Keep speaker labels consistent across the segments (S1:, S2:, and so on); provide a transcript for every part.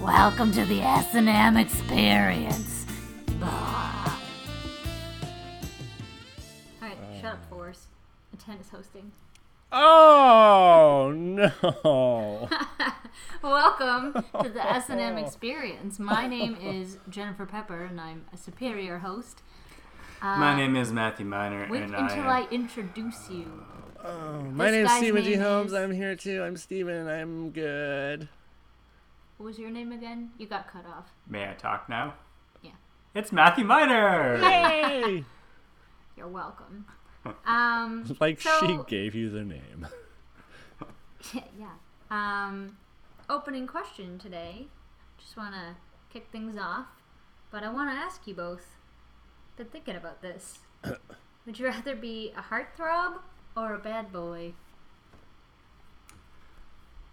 S1: Welcome to the S&M experience.
S2: All right, shut up, Force. Intent is hosting.
S3: Oh no!
S2: Welcome to the S and M Experience. My name is Jennifer Pepper, and I'm a superior host. Uh,
S4: My name is Matthew Miner,
S2: Wait
S4: and
S2: until
S4: I am
S2: I introduce you.
S3: Oh, my
S2: This
S3: name's
S2: guy's
S3: Stephen G.
S2: name
S3: Holmes.
S2: is-
S3: I'm here too. I'm Stephen. I'm good.
S2: What was your name again? You got cut off.
S4: May I talk now?
S2: Yeah.
S4: It's Matthew Miner.
S3: Hey!
S2: You're welcome. Um,
S3: like she
S2: So-
S3: gave you the name.
S2: yeah. Um, opening question today. Just want to kick things off, but I want to ask you both. Been thinking about this. Would you rather be a heartthrob or a bad boy?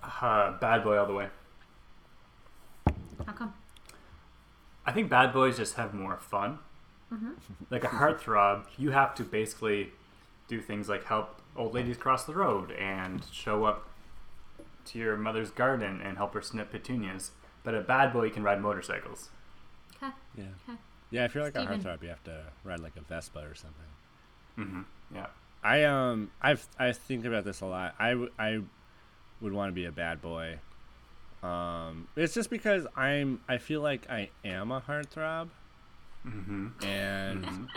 S4: Uh, bad boy all the way.
S2: How come?
S4: I think bad boys just have more fun.
S2: Mm-hmm.
S4: Like a heartthrob, you have to basically do things like help old ladies cross the road and show up to your mother's garden and help her snip petunias. But a bad boy can ride motorcycles.
S2: Okay.
S3: Yeah.
S2: Okay.
S3: Yeah, if you're like
S2: Stephen.
S3: a heartthrob, you have to ride like a Vespa or something.
S4: Yeah.
S3: I um I've I think about this a lot. I w- I would want to be a bad boy. Um, it's just because I'm I feel like I am a heartthrob, mm-hmm. and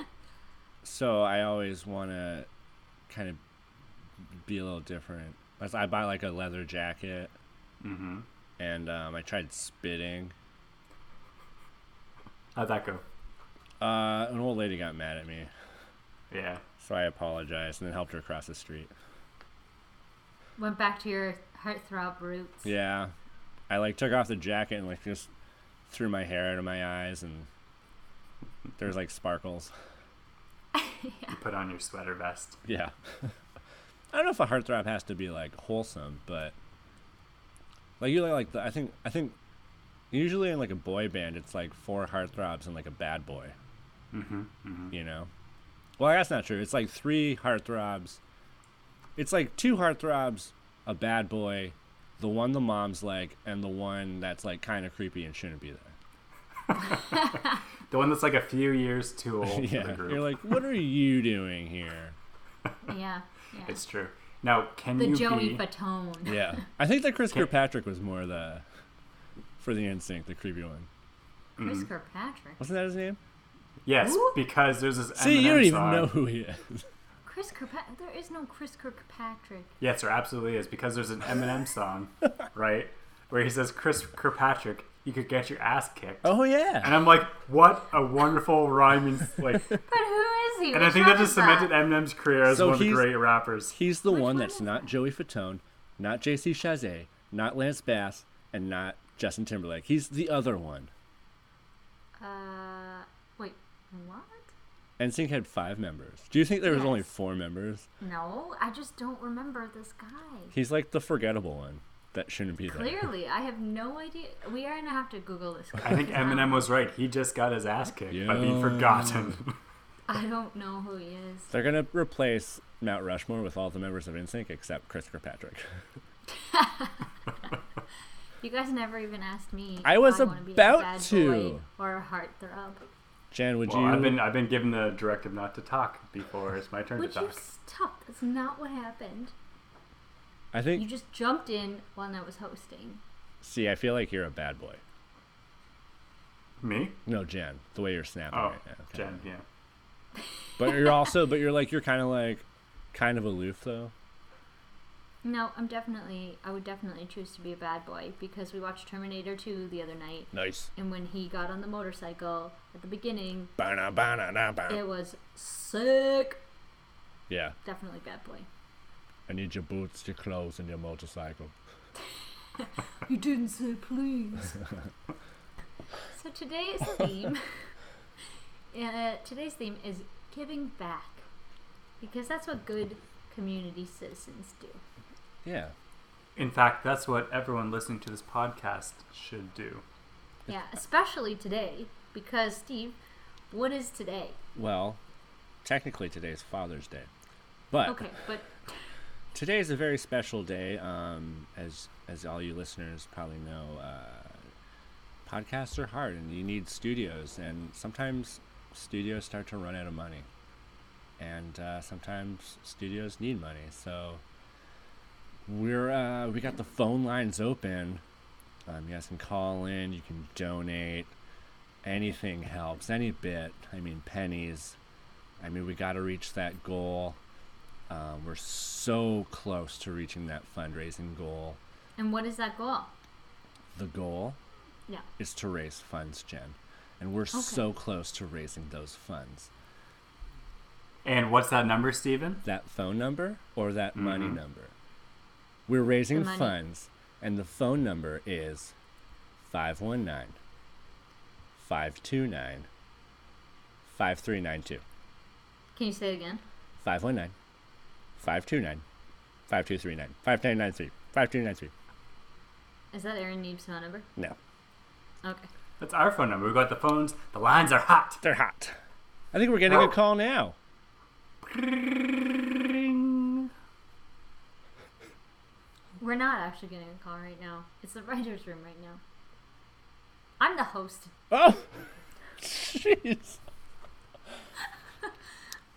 S3: so I always want to kind of be a little different. Like, I buy like a leather jacket, mm-hmm. and um, I tried spitting.
S4: How'd that go?
S3: Uh, an old lady got mad at me,
S4: Yeah.
S3: so I apologized and then helped her across the street.
S2: Went back to your heartthrob roots.
S3: Yeah. I like took off the jacket and like just threw my hair out of my eyes and there's like sparkles.
S4: You put on your sweater vest.
S3: Yeah. I don't know if a heartthrob has to be like wholesome, but like you like, like the, I think I think usually in like a boy band it's like four heartthrobs and like a bad boy. Mm-hmm, You know. Well, that's not true. It's like three heartthrobs. It's like two heartthrobs, a bad boy, the one the mom's like, and the one that's like kind of creepy and shouldn't be there.
S4: The one that's like a few years too old for the
S3: Yeah.
S4: group.
S3: You're like, what are you doing here?
S2: Yeah. yeah.
S4: it's true. Now, can
S2: the
S4: you
S2: Joey
S4: be...
S2: Fatone.
S3: Yeah. I think that Chris Kirkpatrick was more the for the instinct, the creepy one.
S2: Chris Kirkpatrick.
S3: Wasn't that his name?
S4: Yes,
S2: Who?
S4: because there's this.
S3: See, you
S4: Eminem
S3: don't even
S4: song.
S3: know who he is.
S2: Chris Kirkpatrick. There is no Chris Kirkpatrick.
S4: Yes, there absolutely is because there's an Eminem song, right, where he says, "Chris Kirkpatrick, you could get your ass kicked,"
S3: Oh
S4: and
S3: yeah.
S4: I'm like, "What a wonderful rhyming!" Like,
S2: But who is he?
S4: and I think that just cemented Eminem's career as
S3: So
S4: one of the
S3: he's-
S4: great rappers.
S3: He's the one
S2: one
S3: that's
S2: is
S3: not Joey Fatone, not JC Chazet, not Lance Bass, and not Justin Timberlake. He's the other one.
S2: Uh, wait, what?
S3: NSYNC had five members. Do you think there was only
S2: Yes.
S3: four members?
S2: No, I just don't remember this guy.
S3: He's like the forgettable one that shouldn't be there.
S2: Clearly, I have no idea. We are gonna have to Google this.
S4: I think Eminem was right. He just got his ass kicked
S3: Yeah.
S4: by being forgotten.
S2: I don't know who he is.
S3: They're gonna replace Mount Rushmore with all the members of NSYNC except Chris Kirkpatrick.
S2: You guys never even asked me.
S3: I
S2: if
S3: was
S2: wanna be a
S3: about
S2: bad boy
S3: to.
S2: Or a heartthrob.
S3: Jan, would
S4: well,
S3: you?
S4: I've been I've been given the directive not to talk before it's my turn
S2: Would
S4: to
S2: you
S4: talk.
S2: stop? That's not what happened.
S3: I
S2: You
S3: think.
S2: just jumped in while I was hosting.
S3: See, I feel like you're a bad boy.
S4: Me?
S3: No, Jan. The way you're snapping
S4: Oh,
S3: right now. Okay.
S4: Jen. Yeah.
S3: But you're also, but you're like, you're kind of like, kind of aloof though.
S2: No, I'm definitely. I would definitely choose to be a bad boy because we watched Terminator 2 the other night,
S3: Nice.
S2: and when he got on the motorcycle at the beginning,
S3: Ba-na, ba-na, na,
S4: Oh.
S3: ba.
S2: it was sick.
S3: Yeah,
S2: Definitely bad boy.
S3: I need your boots, your clothes, and your motorcycle.
S2: You didn't say please. so today's theme. uh, today's theme is giving back, because that's what good community citizens do.
S3: Yeah,
S4: In fact, that's what everyone listening to this podcast should do.
S2: Yeah, especially today because Steve, what is today?
S3: well, technically today's Father's Day, but
S2: Okay, but
S3: today is a very special day. Um, as as all you listeners probably know, uh, podcasts are hard and you need studios and sometimes studios start to run out of money and uh, sometimes studios need money so we're uh, we got the phone lines open um, you guys can call in you can donate anything helps any bit i mean pennies i mean we got to reach that goal um, we're so close to reaching that fundraising goal
S2: And what is that goal?
S3: the goal
S2: Yeah.
S3: is to raise funds, Jen. And we're so close to raising those funds.
S4: And what's that number, Steven?
S3: That phone number or that money number? We're raising
S2: The money.
S3: funds, and the phone number is 519 529 5392.
S2: Can you say it again?
S3: 519 529 5239 5993 5293.
S2: Is that Aaron Neeb's phone number?
S3: No,
S2: Okay.
S4: That's our phone number. We've got the phones. The lines are hot.
S3: they're hot. I think we're getting a call now.
S2: We're not actually getting a call right now. It's the writer's room right now. I'm the host.
S3: Oh, jeez.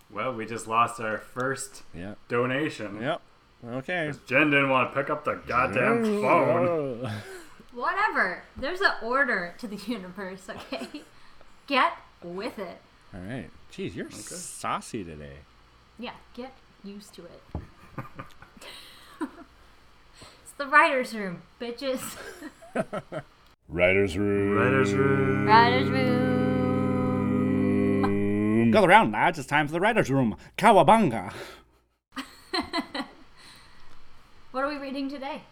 S4: Well, we just lost our first
S3: Yeah.
S4: donation.
S3: Yep. Okay.
S4: Jen didn't want to pick up the goddamn phone.
S2: Whatever. There's an order to the universe, okay? get with it.
S3: All right. Jeez, you're saucy today.
S2: Yeah, get used to it. it's the writer's room, bitches.
S3: Writer's room.
S2: writer's room.
S5: Go around, lads. It's time for the writer's room. Cowabunga.
S2: What are we reading today?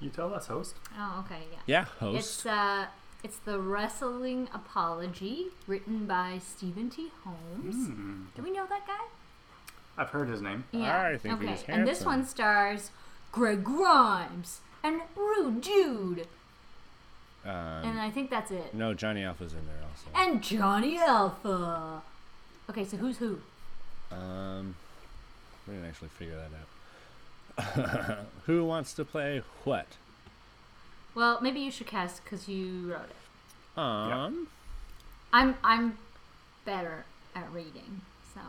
S4: You tell us, host.
S2: Oh, okay, yeah.
S3: Yeah, host.
S2: It's uh, it's the wrestling apology written by Stephen T. Holmes. Do we know that guy?
S4: I've heard his name.
S3: I think
S2: okay.
S3: he's
S2: And this
S3: handsome.
S2: one stars Greg Grimes and Rude Dude,
S3: um,
S2: and I think that's it.
S3: no, Johnny Alpha's in there also.
S2: And Johnny Alpha. Okay, so who's who?
S3: Um, we didn't actually figure that out. Who wants to play what?
S2: Well, maybe you should cast because you wrote it.
S3: Um,
S2: I'm I'm better at reading, so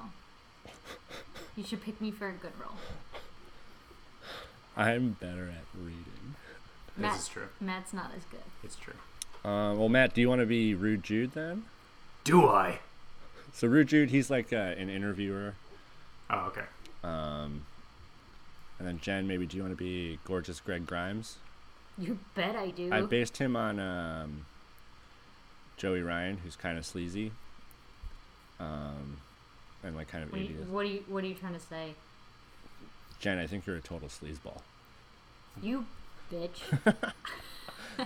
S2: you should pick me for a good role.
S3: I'm better at reading.
S2: Matt-
S4: This is true.
S2: Matt's not as good.
S4: It's true.
S3: Um, well, Matt, do you want to be Rude Jude then?
S4: Do I?
S3: So Rude Jude, he's like uh, an interviewer.
S4: Oh, okay.
S3: And then Jen, maybe do you want to be gorgeous Greg Grimes?
S2: You bet I do.
S3: I based him on um, Joey Ryan, who's kind of sleazy, um, and like kind of
S2: What are, you,
S3: idiot.
S2: what are you What are you trying to say?
S3: Jen, I think you're a total sleazeball.
S2: You bitch.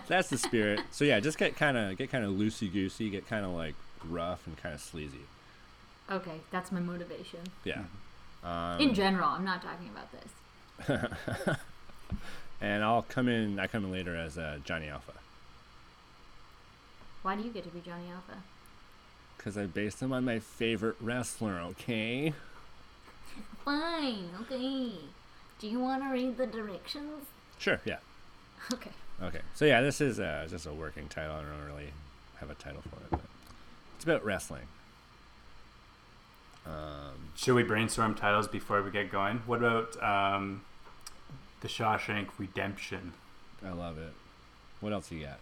S3: That's the spirit. so yeah, just get kind of get kind of loosey goosey, get kind of like rough and kind of sleazy.
S2: okay, that's my motivation.
S3: Yeah, Um,
S2: in general, I'm not talking about this.
S3: and I'll come in. I come in later as uh, Johnny Alpha
S2: Why do you get to be Johnny Alpha?
S3: because I based him on my favorite wrestler. Okay.
S2: Fine. Okay. Do you want to read the directions?
S3: Sure. Yeah.
S2: Okay.
S3: Okay. So yeah, this is uh, just a working title. I don't really have a title for it. But it's about wrestling.
S4: Should we brainstorm titles before we get going? What about um, The Shawshank Redemption?
S3: I love it. What else you got?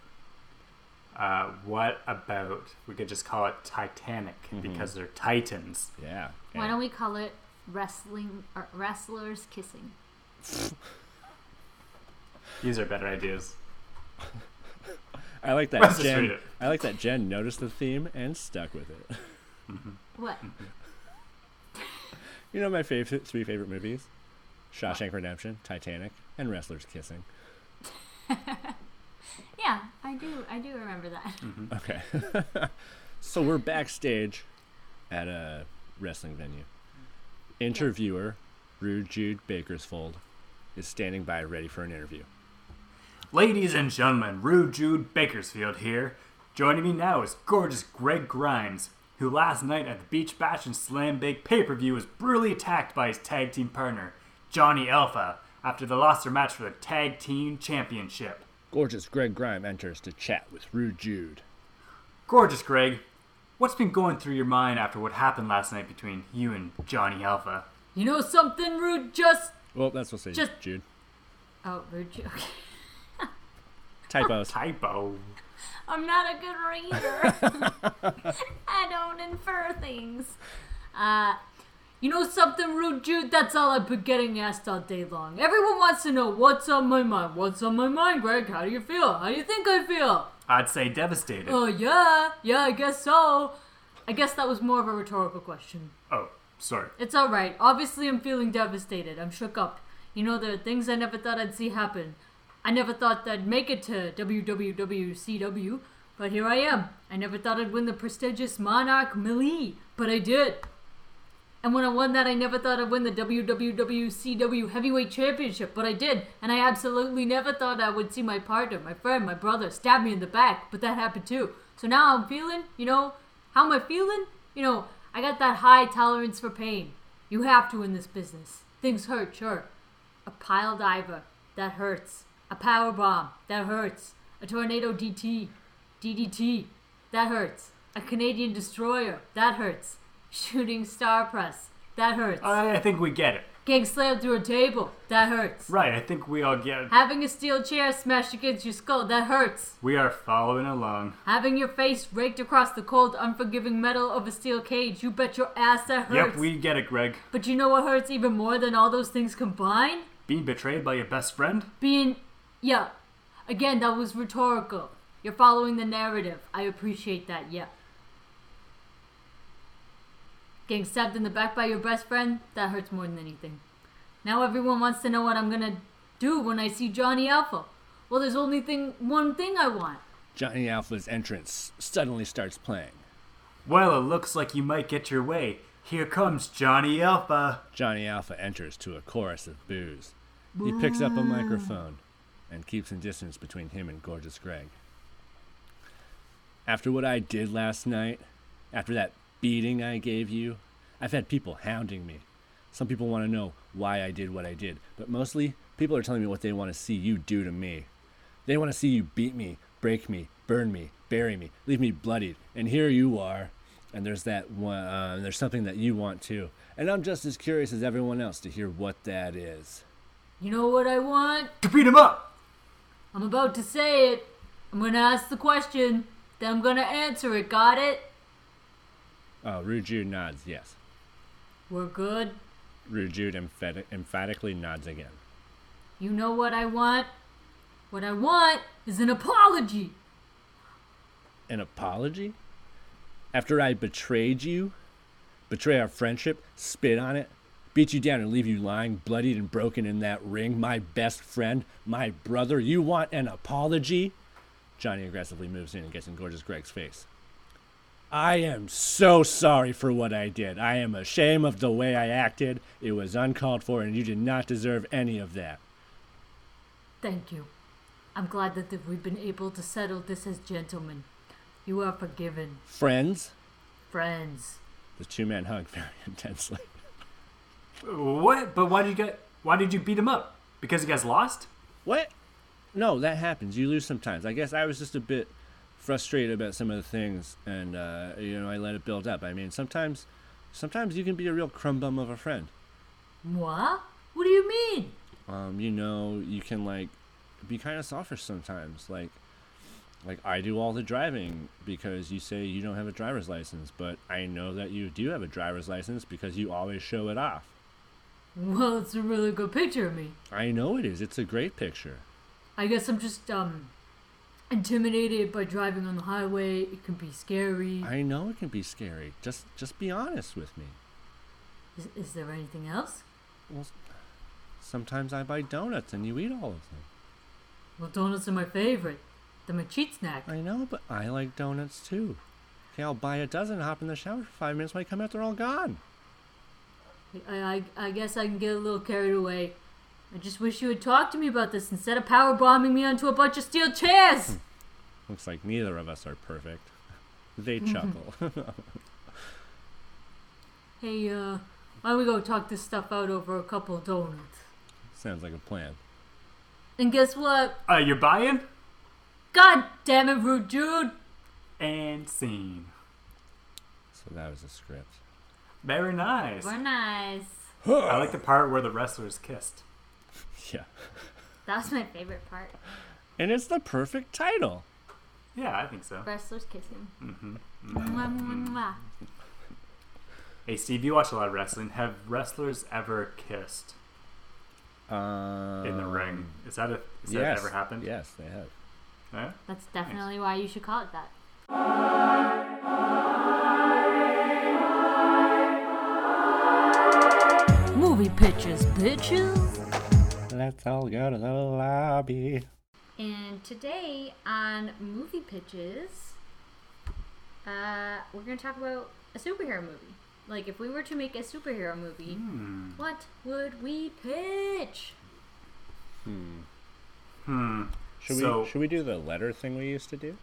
S4: Uh, what about we could just call it Titanic because they're Titans?
S3: Yeah.
S2: Why don't we call it wrestling or wrestlers kissing?
S4: These are better ideas.
S3: I like that
S4: Let's just read
S3: Jen.
S4: it.
S3: I like that Jen noticed the theme and stuck with it.
S2: What?
S3: You know my favorite three favorite movies: Shawshank Redemption, Titanic, and Wrestlers Kissing.
S2: Yeah, I do. I do remember that.
S3: Okay. so we're backstage at a wrestling venue. Interviewer Rude Jude Bakersfold is standing by ready for an interview.
S4: Ladies and gentlemen, Rude Jude Bakersfield here. Joining me now is gorgeous Greg Grimes, who last night at the Beach Bash and Slam Bake pay per view was brutally attacked by his tag team partner, Johnny Alpha, after they lost their match for the Tag Team Championship.
S3: Gorgeous Greg Grime enters to chat with Rude Jude.
S4: Gorgeous Greg, what's been going through your mind after what happened last night between you and Johnny Alpha?
S2: You know something, Rude? Just.
S3: Well, that's what's said,
S2: Just-
S3: Jude.
S2: Oh, Rude, you- okay.
S3: Typos.
S4: Typo.
S2: I'm not a good reader. I don't infer things. Uh, you know something, Rude Jude? That's all I've been getting asked all day long. Everyone wants to know what's on my mind. What's on my mind, Greg? How do you feel? How do you think I feel?
S4: I'd say devastated.
S2: Oh, yeah. Yeah, I guess so. I guess that was more of a rhetorical question.
S4: oh, sorry.
S2: It's all right. Obviously, I'm feeling devastated. I'm shook up. You know, there are things I never thought I'd see happen. I never thought I'd make it to WWWCW, but here I am. I never thought I'd win the prestigious Monarch Melee, but I did. And when I won that, I never thought I'd win the WWWCW Heavyweight Championship, but I did. And I absolutely never thought I would see my partner, my friend, my brother stab me in the back, but that happened too. So now I'm feeling, you know, how am I feeling? You know, I got that high tolerance for pain. You have to in this business. Things hurt, sure. A pile diver, that hurts. A power bomb, that hurts. A tornado DT, DDT, that hurts. A Canadian destroyer, that hurts. Shooting star press, that hurts.
S4: I, I think we get it.
S2: Getting slammed through a table, that hurts.
S4: Right, I think we all get it.
S2: Having a steel chair smashed against your skull, that hurts.
S4: We are following along.
S2: Having your face raked across the cold, unforgiving metal of a steel cage, you bet your ass that hurts.
S4: Yep, we get it, Greg.
S2: But you know what hurts even more than all those things combined?
S4: Being betrayed by your best friend?
S2: Being. Yeah. Again, that was rhetorical. You're following the narrative. I appreciate that, yeah. Getting stabbed in the back by your best friend? That hurts more than anything. Now everyone wants to know what I'm gonna do when I see Johnny Alpha. Well, there's only thing one thing I want.
S3: Johnny Alpha's entrance suddenly starts playing.
S4: Well, it looks like you might get your way. Here comes Johnny Alpha.
S3: Johnny Alpha enters to a chorus of boos. He picks up a microphone and keeps a distance between him and Gorgeous Greg. After what I did last night, after that beating I gave you, I've had people hounding me. Some people want to know why I did what I did, but mostly people are telling me what they want to see you do to me. They want to see you beat me, break me, burn me, bury me, leave me bloodied. And here you are. And there's that one. Uh, and there's something that you want too. And I'm just as curious as everyone else to hear what that is.
S2: You know what I want?
S4: To beat him up!
S2: I'm about to say it. I'm gonna ask the question, then I'm gonna answer it. Got it?
S3: Oh, Rujude nods yes.
S2: We're good.
S3: Rujude emphati- emphatically nods again.
S2: You know what I want? What I want is an apology.
S3: An apology? After I betrayed you, betray our friendship, spit on it, beat you down and leave you lying, bloodied and broken in that ring, my best friend, my brother, you want an apology? Johnny aggressively moves in and gets in Gorgeous Greg's face. I am so sorry for what I did. I am ashamed of the way I acted. It was uncalled for, and you did not deserve any of that.
S2: Thank you. I'm glad that th- we've been able to settle this as gentlemen. You are forgiven,
S3: Friends?
S2: friends.
S3: The two men hug very intensely.
S4: What? But why did you get. Why did you beat him up? Because you guys lost?
S3: What? No, that happens. You lose sometimes. I guess I was just a bit frustrated about some of the things, and uh, you know, I let it build up. I mean, sometimes, sometimes you can be a real crumb bum of a friend.
S2: Moi? What do you mean?
S3: Um, you know, you can like be kind of selfish sometimes. Like, like I do all the driving because you say you don't have a driver's license, but I know that you do have a driver's license because you always show it off.
S2: Well, it's a really good picture of me.
S3: I know it is. It's a great picture.
S2: I guess I'm just um intimidated by driving on the highway. It can be scary.
S3: I know it can be scary. Just, just be honest with me.
S2: Is, is there anything else?
S3: Well, s- sometimes I buy donuts and you eat all of them.
S2: Well, donuts are my favorite. They're my cheat snack.
S3: I know, but I like donuts too. Okay, I'll buy a dozen, hop in the shower for five minutes. When I come out, they're all gone.
S2: I, I, I guess I can get a little carried away. I just wish you had talked to me about this instead of power bombing me onto a bunch of steel chairs.
S3: Looks like neither of us are perfect. They chuckle.
S2: hey, uh, why don't we go talk this stuff out over a couple of donuts?
S3: Sounds like a plan.
S2: And guess what?
S4: Uh, you're buying?
S2: God damn it, rude dude!
S4: And scene.
S3: So that was the script.
S4: Very nice.
S2: We're nice.
S4: I like the part where the wrestlers kissed.
S3: Yeah.
S2: That was my favorite part.
S3: And it's the perfect title.
S4: Yeah, I think so.
S2: Wrestlers kissing. Mwah, mwah, mwah.
S4: Hey, Steve, you watch a lot of wrestling. Have wrestlers ever kissed
S3: Um,
S4: in the ring? Is that a is
S3: yes.
S4: that ever happened?
S3: Yes, they have.
S4: Huh?
S2: That's definitely why you should call it that. Movie pitches, bitches.
S5: Let's all go to the lobby.
S2: And today on movie pitches, uh, we're gonna talk about a superhero movie. Like if we were to make a superhero movie, what would we pitch?
S4: Hmm.
S3: Should
S4: So-
S3: we should we do the letter thing we used to do?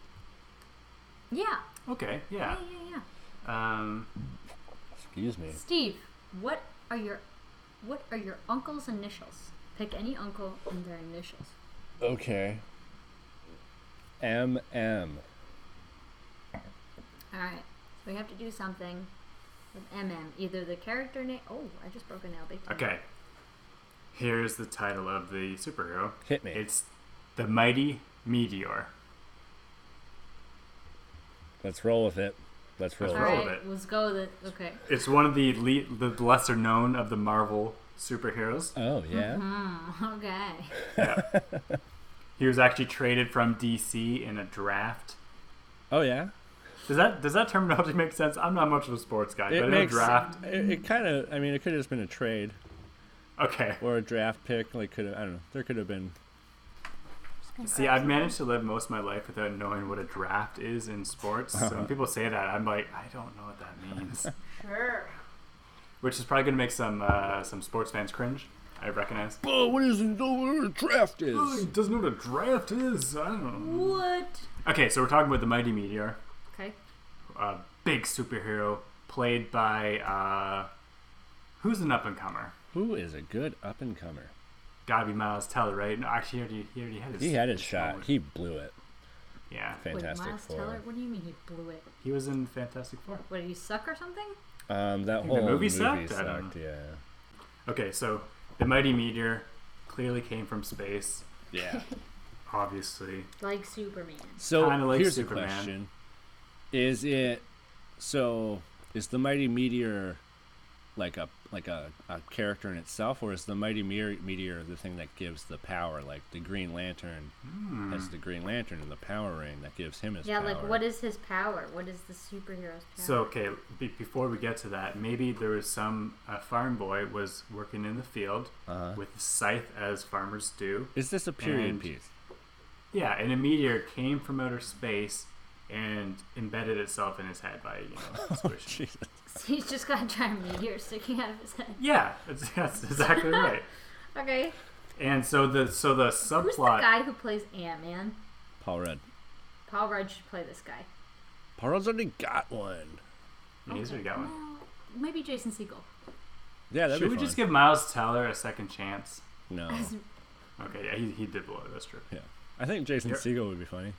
S2: Yeah,
S4: Okay. Yeah.
S2: yeah, yeah, yeah.
S4: Um.
S3: Excuse me.
S2: Steve, what are your what are your uncle's initials? Pick any uncle and their initials.
S3: Okay. M M.
S2: All right, so we have to do something with MM. Either the character name. Oh, I just broke a nail. Big time.
S4: Okay. Here's the title of the superhero.
S3: Hit me.
S4: It's the Mighty Meteor.
S3: Let's roll with it. Let's roll.
S2: All
S3: With
S4: roll.
S3: it.
S2: right,
S4: it.
S2: let's go. With it. Okay.
S4: It's one of the le- the lesser known of the Marvel superheroes.
S3: Oh yeah.
S2: Mm-hmm. Okay.
S4: He was actually traded from DC in a draft.
S3: Oh yeah.
S4: Does that does that terminology make sense? I'm not much of a sports guy, but
S3: It
S4: in
S3: makes
S4: a draft.
S3: It, it kind of. I mean, it could have just been a trade
S4: Okay.
S3: or a draft pick. Like could have. I don't know. There could have been.
S4: See, I've managed to live most of my life without knowing what a draft is in sports. So when people say that, I'm like, I don't know what that means.
S2: Sure.
S4: Which is probably going to make some uh, some sports fans cringe. I recognize.
S3: Oh, what is it? What a draft is?
S4: Oh, He doesn't know what a draft is. I don't know.
S2: What?
S4: Okay, so we're talking about the Mighty Meteor,
S2: Okay.
S4: a big superhero played by uh, who's an up and comer?
S3: Who is a good up and comer?
S4: Gotta be Miles Teller, right? No, actually, he already, he already had his.
S3: He had his shot.
S4: moment.
S3: He blew it.
S4: yeah,
S3: Fantastic
S2: Wait, Miles
S3: Four.
S2: Teller. What do you mean he blew it?
S4: he was in Fantastic Four.
S2: What? Did you suck or something?
S3: Um, that
S4: the
S3: whole
S4: movie
S3: movie
S4: sucked? I
S3: sucked.
S4: don't
S3: yeah.
S4: Okay, so the Mighty Meteor clearly came from space,
S3: Yeah.
S4: obviously.
S2: Like Superman.
S3: So
S4: Kinda like
S3: here's
S4: Superman.
S3: the question: Is it so? Is the mighty meteor like a like a, a character in itself, or is the mighty Meteor meteor the thing that gives the power? Like the Green Lantern
S4: Hmm.
S3: has the Green Lantern and the power ring that gives him his
S2: Yeah.
S3: power.
S2: Like, what is his power? What is the superhero's power?
S4: So okay, be- before we get to that, maybe there was some a farm boy was working in the field
S3: Uh-huh.
S4: with a scythe as farmers do.
S3: is this a period
S4: and-
S3: piece?
S4: Yeah, and a meteor came from outer space and embedded itself in his head by you know squish.
S3: Jesus.
S2: he's just got a giant meteor sticking out of his head.
S4: yeah, that's, that's exactly right.
S2: Okay.
S4: And so the so the
S2: Who's the
S4: subplot.
S2: guy who plays Ant Man?
S3: Paul Rudd.
S2: Paul Rudd should play this guy.
S3: Paul Rudd's already got one.
S4: Yeah, He's already got one.
S2: Maybe Jason Segel.
S3: Yeah, that'd
S4: Should
S3: be
S4: we
S3: fun.
S4: just give Miles Teller a second chance?
S3: no.
S4: Okay, yeah, he, he did blow it. That's true.
S3: Yeah, I think Jason
S4: You're-
S3: Segel would be funny.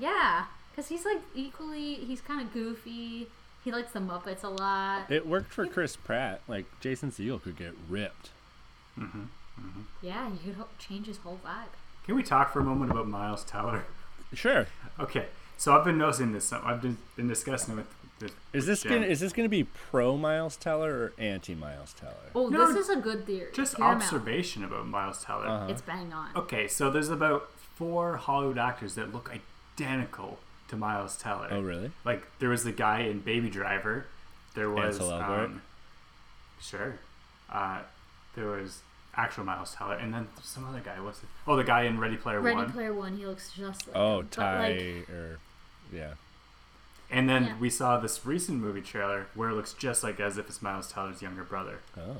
S2: Yeah, because he's like equally, he's kind of goofy. He likes the Muppets a lot.
S3: It worked for Chris Pratt. Like Jason Segel could get ripped.
S2: Yeah, you could ho- change his whole vibe.
S4: Can we talk for a moment about Miles Teller?
S3: Sure.
S4: Okay, so I've been noticing this. I've been, been discussing it with. with
S3: Is
S4: with
S3: this
S4: Jen.
S3: gonna is this gonna be pro Miles Teller or anti Miles Teller?
S2: Oh,
S4: No,
S2: this is a good theory.
S4: just
S2: Hear him out.
S4: observation about Miles Teller?
S3: Uh-huh.
S2: It's bang on.
S4: Okay, so there's about four Hollywood actors that look identical to Miles Teller.
S3: Oh really?
S4: Like there was the guy in Baby Driver. There was
S3: Ansel Elgort?
S4: um, sure. Uh, there was actual Miles Teller, and then some other guy. What's it? Oh, the guy in Ready Player
S2: Ready
S4: One.
S2: Player One, he looks just like.
S3: Oh
S2: him, but,
S3: Ty
S2: like,
S3: or yeah.
S4: and then
S2: Yeah.
S4: we saw this recent movie trailer where it looks just like as if it's Miles Teller's younger brother.
S3: Oh.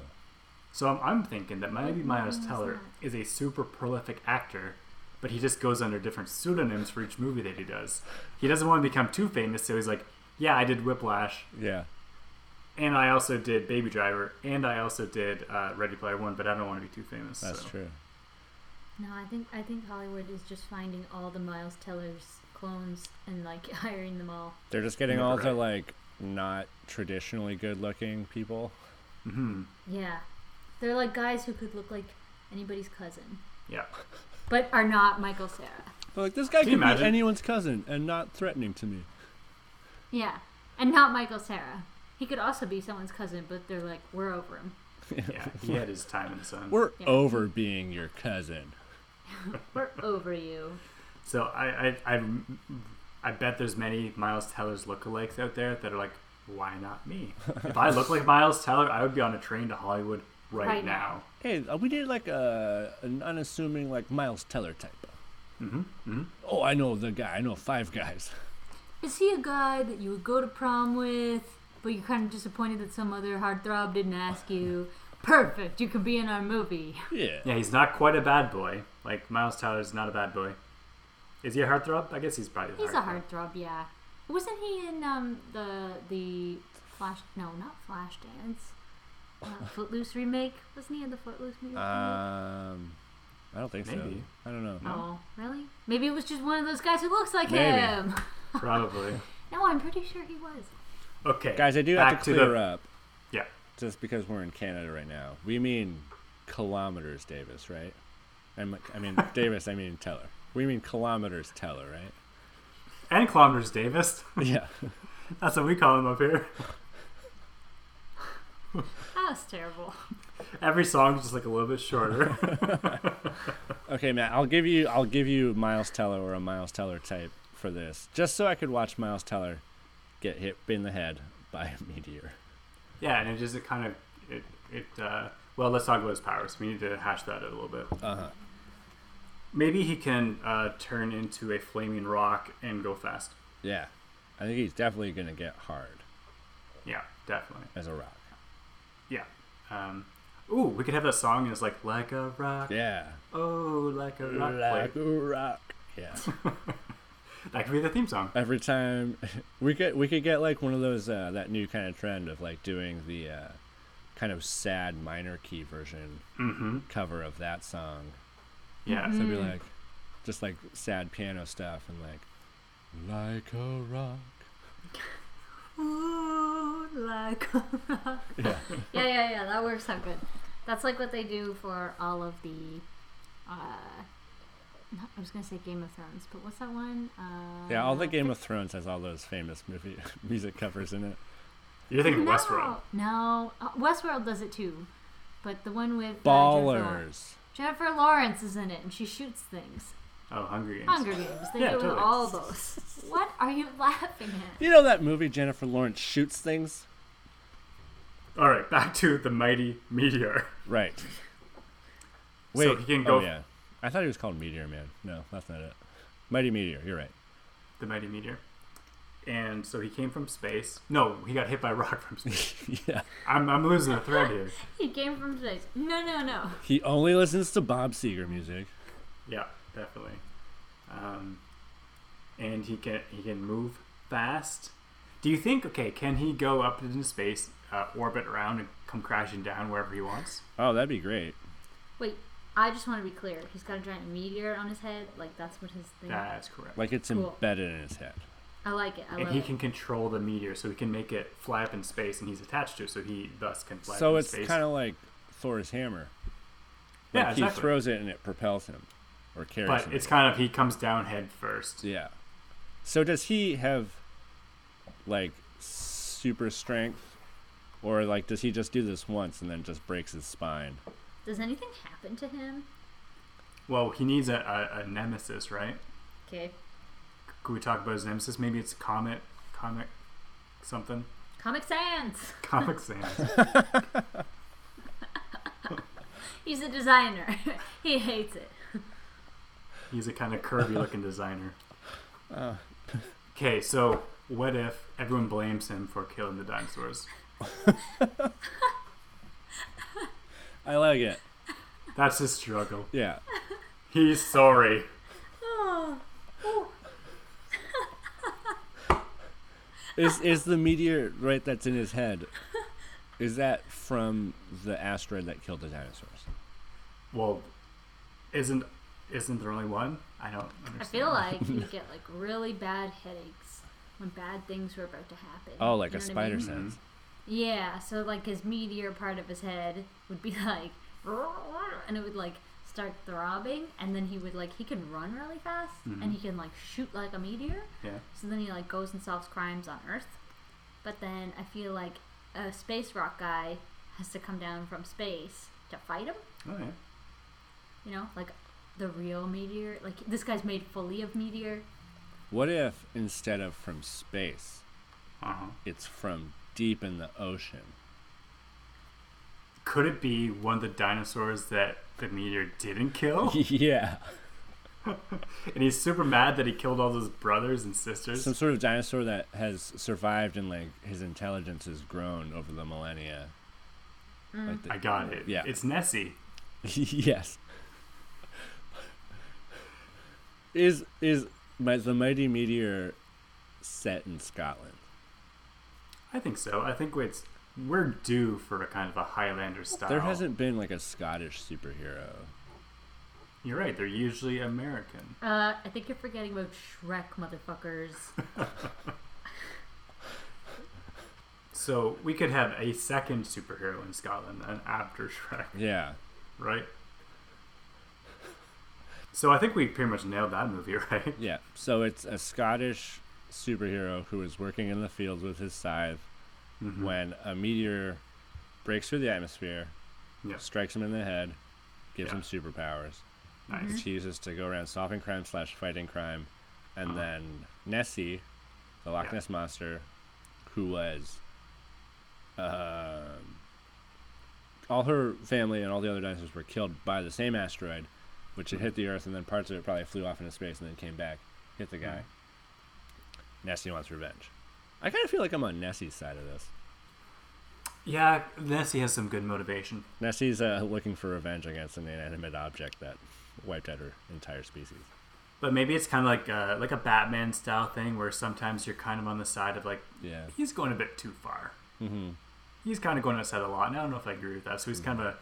S4: So I'm, I'm thinking that maybe Miles Teller is a super prolific actor, but he just goes under different pseudonyms for each movie that he does. He doesn't want to become too famous, so he's like, yeah, I did Whiplash,
S3: Yeah.
S4: and I also did Baby Driver, and I also did uh, Ready Player One, but I don't want to be too famous.
S3: That's
S4: so.
S3: true.
S2: no, I think I think Hollywood is just finding all the Miles Tellers clones and like hiring them all.
S3: They're just getting
S4: Never
S3: all the
S4: right.
S3: like not traditionally good looking people.
S2: Yeah, they're like guys who could look like anybody's cousin,
S4: Yeah.
S2: but are not Michael Sarah.
S3: They're like this guy
S4: Can
S3: could
S4: you
S3: be
S4: imagine?
S3: anyone's cousin and not threatening to me.
S2: Yeah, and not Michael Sarah. He could also be someone's cousin, but they're like we're over him.
S4: Yeah. He had his time in the sun.
S3: We're
S2: Yeah.
S3: over being your cousin.
S2: We're over you.
S4: So I, I I I bet there's many Miles Teller's lookalikes out there that are like, why not me? if I look like Miles Teller, I would be on a train to Hollywood right,
S2: Right
S4: now.
S2: now.
S3: Hey, uh, we did like a an unassuming like Miles Teller type. Mm-hmm. Oh, I know the guy. I know five guys.
S2: Is he a guy that you would go to prom with, but you're kind of disappointed that some other heartthrob didn't ask you? Perfect, you could be in our movie.
S3: Yeah.
S4: Yeah, he's not quite a bad boy. Like Miles Teller's not a bad boy. Is he a heartthrob? I guess he's probably.
S2: He's a heartthrob, yeah. Wasn't he in um the the Flash? No, not Flash Dance. Uh, Footloose remake? Wasn't he in the Footloose remake?
S3: Um, I don't think
S4: Maybe.
S3: so. I don't know.
S2: oh, really? Maybe it was just one of those guys who looks like
S3: Maybe.
S2: him.
S4: Probably.
S2: No, I'm pretty sure he was.
S4: Okay,
S3: Guys, I do
S4: back
S3: have to clear
S4: the,
S3: up.
S4: Yeah,
S3: Just because we're in Canada right now, we mean kilometers, Davis, right? I'm, I mean Davis. I mean Teller. We mean kilometers, Teller, right?
S4: and kilometers Davis.
S3: Yeah.
S4: That's what we call him up here.
S2: That was terrible.
S4: Every song's just like a little bit shorter.
S3: Okay, Matt. I'll give you. I'll give you Miles Teller or a Miles Teller type for this, just so I could watch Miles Teller get hit in the head by a meteor.
S4: yeah, and it just it kind of it it. Uh, well, let's talk about his powers. We need to hash that out a little bit.
S3: Uh huh.
S4: Maybe he can uh, turn into a flaming rock and go fast.
S3: Yeah. I think he's definitely gonna get hard
S4: Yeah, definitely.
S3: as a rock.
S4: Yeah. Um, ooh, we could have that song and it's like like a rock.
S3: Yeah.
S4: Oh, like a rock. Like,
S3: Like a rock. Yeah.
S4: that could be the theme song.
S3: every time we get we could get like one of those uh, that new kind of trend of like doing the uh, kind of sad minor key version
S2: Mm-hmm.
S3: cover of that song.
S4: Mm-hmm. Yeah.
S3: So it'd be like just like sad piano stuff and like like a rock.
S2: Ooh, like a rock.
S3: Yeah.
S2: yeah, yeah, yeah. That works out good. That's like what they do for all of the. Uh, not- I was gonna say Game of Thrones, but what's that one? Uh,
S3: Yeah, all the Game of Thrones has all those famous movie music covers in it.
S4: You're thinking
S2: no,
S4: Westworld.
S2: No, uh, Westworld does it too, but the one with Uh, Jennifer, Lawrence.
S3: Ballers.
S2: Jennifer Lawrence is in it, and she shoots things.
S4: Oh, Hunger Games.
S2: Hunger Games. They
S4: Yeah,
S2: do
S4: totally.
S2: all those. What are you laughing at?
S3: You know that movie Jennifer Lawrence shoots things?
S4: All right, back to the mighty meteor.
S3: Right. Wait.
S4: So he can go-
S3: Oh, yeah. I thought he was called Meteor Man. No, that's not it. Mighty Meteor. You're right.
S4: The mighty meteor. And so he came from space. No, he got hit by a rock from space.
S3: yeah.
S4: I'm, I'm losing the thread here.
S2: He came from space. No, no, no.
S3: He only listens to Bob Seger music.
S4: Yeah, definitely. Um, and he can he can move fast. Do you think? Okay, can he go up into space, uh, orbit around, and come crashing down wherever he wants?
S3: Oh, that'd be great.
S2: Wait, I just want to be clear. He's got a giant meteor on his head. Like that's what his thing.
S4: That's correct.
S3: Like it's
S2: Cool.
S3: embedded in his head.
S2: I like it. I
S4: and
S2: love
S4: he
S2: it.
S4: can control the meteor, so he can make it fly up in space, and he's attached to it, so he thus can fly up
S3: so
S4: in
S3: it's
S4: space.
S3: kind of like Thor's hammer. Like
S4: yeah,
S3: he
S4: exactly.
S3: throws it and it propels him or carries him.
S4: but it's kind of he comes down head first.
S3: yeah. So does he have like super strength or like does he just do this once and then just breaks his spine?
S2: Does anything happen to him?
S4: Well, he needs a, a, a nemesis, right?
S2: Okay.
S4: Could we talk about his nemesis? Maybe it's Comet, Comet, something,
S2: Comic Sans.
S4: Comic Sans.
S2: He's a designer. he hates it.
S4: He's a kind of curvy looking designer.
S3: Uh.
S4: Okay, so what if everyone blames him for killing the dinosaurs?
S3: I like it.
S4: That's his struggle.
S3: Yeah.
S4: He's sorry.
S2: Oh.
S3: is is the meteor right that's in his head? Is that from the asteroid that killed the dinosaurs?
S4: Well, isn't isn't there only one? I don't
S2: I
S4: understand.
S2: feel like you get like really bad headaches when bad things were about to happen.
S3: Oh, like
S2: You
S3: a
S2: know what I
S3: spider
S2: mean?
S3: sense.
S2: Yeah, so like his meteor part of his head would be like, and it would like start throbbing, and then he would like he can run really fast,
S3: Mm-hmm.
S2: and he can like shoot like a meteor.
S4: Yeah.
S2: So then he like goes and solves crimes on Earth. But then I feel like a space rock guy has to come down from space to fight him.
S4: Oh yeah.
S2: You know, like the real meteor. Like this guy's made fully of meteor.
S3: What if instead of from space,
S4: Uh huh.
S3: it's from deep in the ocean?
S4: Could it be one of the dinosaurs that the meteor didn't kill?
S3: yeah.
S4: and he's super mad that he killed all those brothers and sisters.
S3: Some sort of dinosaur that has survived and like his intelligence has grown over the millennia. Like the-
S4: I got it.
S3: Yeah.
S4: It's Nessie.
S3: yes. Is is my, the mighty meteor set in Scotland?
S4: I think so. I think it's we're due for a kind of a Highlander style.
S3: There hasn't been like a Scottish superhero.
S4: You're right. They're usually American.
S2: Uh, I think you're forgetting about Shrek, motherfuckers.
S4: So we could have a second superhero in Scotland then after Shrek,
S3: Yeah.
S4: right? So I think we pretty much nailed that movie, right?
S3: Yeah. So it's a Scottish superhero who is working in the fields with his scythe
S4: Mm-hmm.
S3: when a meteor breaks through the atmosphere,
S4: Yeah.
S3: strikes him in the head, gives
S4: Yeah.
S3: him superpowers,
S4: Nice.
S3: which he uses to go around solving crime slash fighting crime. And then Nessie, the Loch
S4: Uh-huh. Yeah.
S3: Ness monster, who was um, all her family and all the other dinosaurs were killed by the same asteroid, which had hit the Earth, and then parts of it probably flew off into space and then came back, hit the guy. Nessie wants revenge. I kind of feel like I'm on Nessie's side of this.
S4: Yeah, Nessie has some good motivation.
S3: Nessie's uh, looking for revenge against an inanimate object that wiped out her entire species.
S4: But maybe it's kind of like a, like a Batman style thing where sometimes you're kind of on the side of like
S3: Yeah.
S4: he's going a bit too far. Mm-hmm. He's kind of going outside a lot, and I don't know if I agree with that. So he's kind of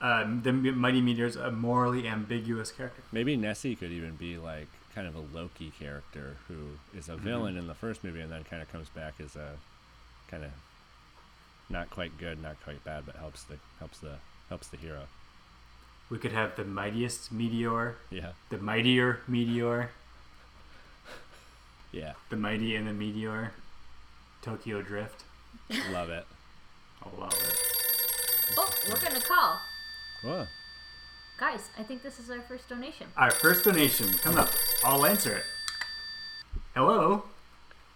S4: a uh, the Mighty Meteor's a morally ambiguous character.
S3: Maybe Nessie could even be like kind of a Loki character who is a villain in the first movie and then kind of comes back as a kind of not quite good, not quite bad, but helps the helps the helps the hero.
S4: We could have the mightiest meteor,
S3: Yeah,
S4: the mightier meteor,
S3: yeah,
S4: the mighty and the meteor, Tokyo Drift.
S3: love it.
S4: I love it.
S2: oh, we're gonna call.
S3: Whoa.
S2: Guys, I think this is our first donation.
S4: Our first donation coming up. I'll answer it. Hello.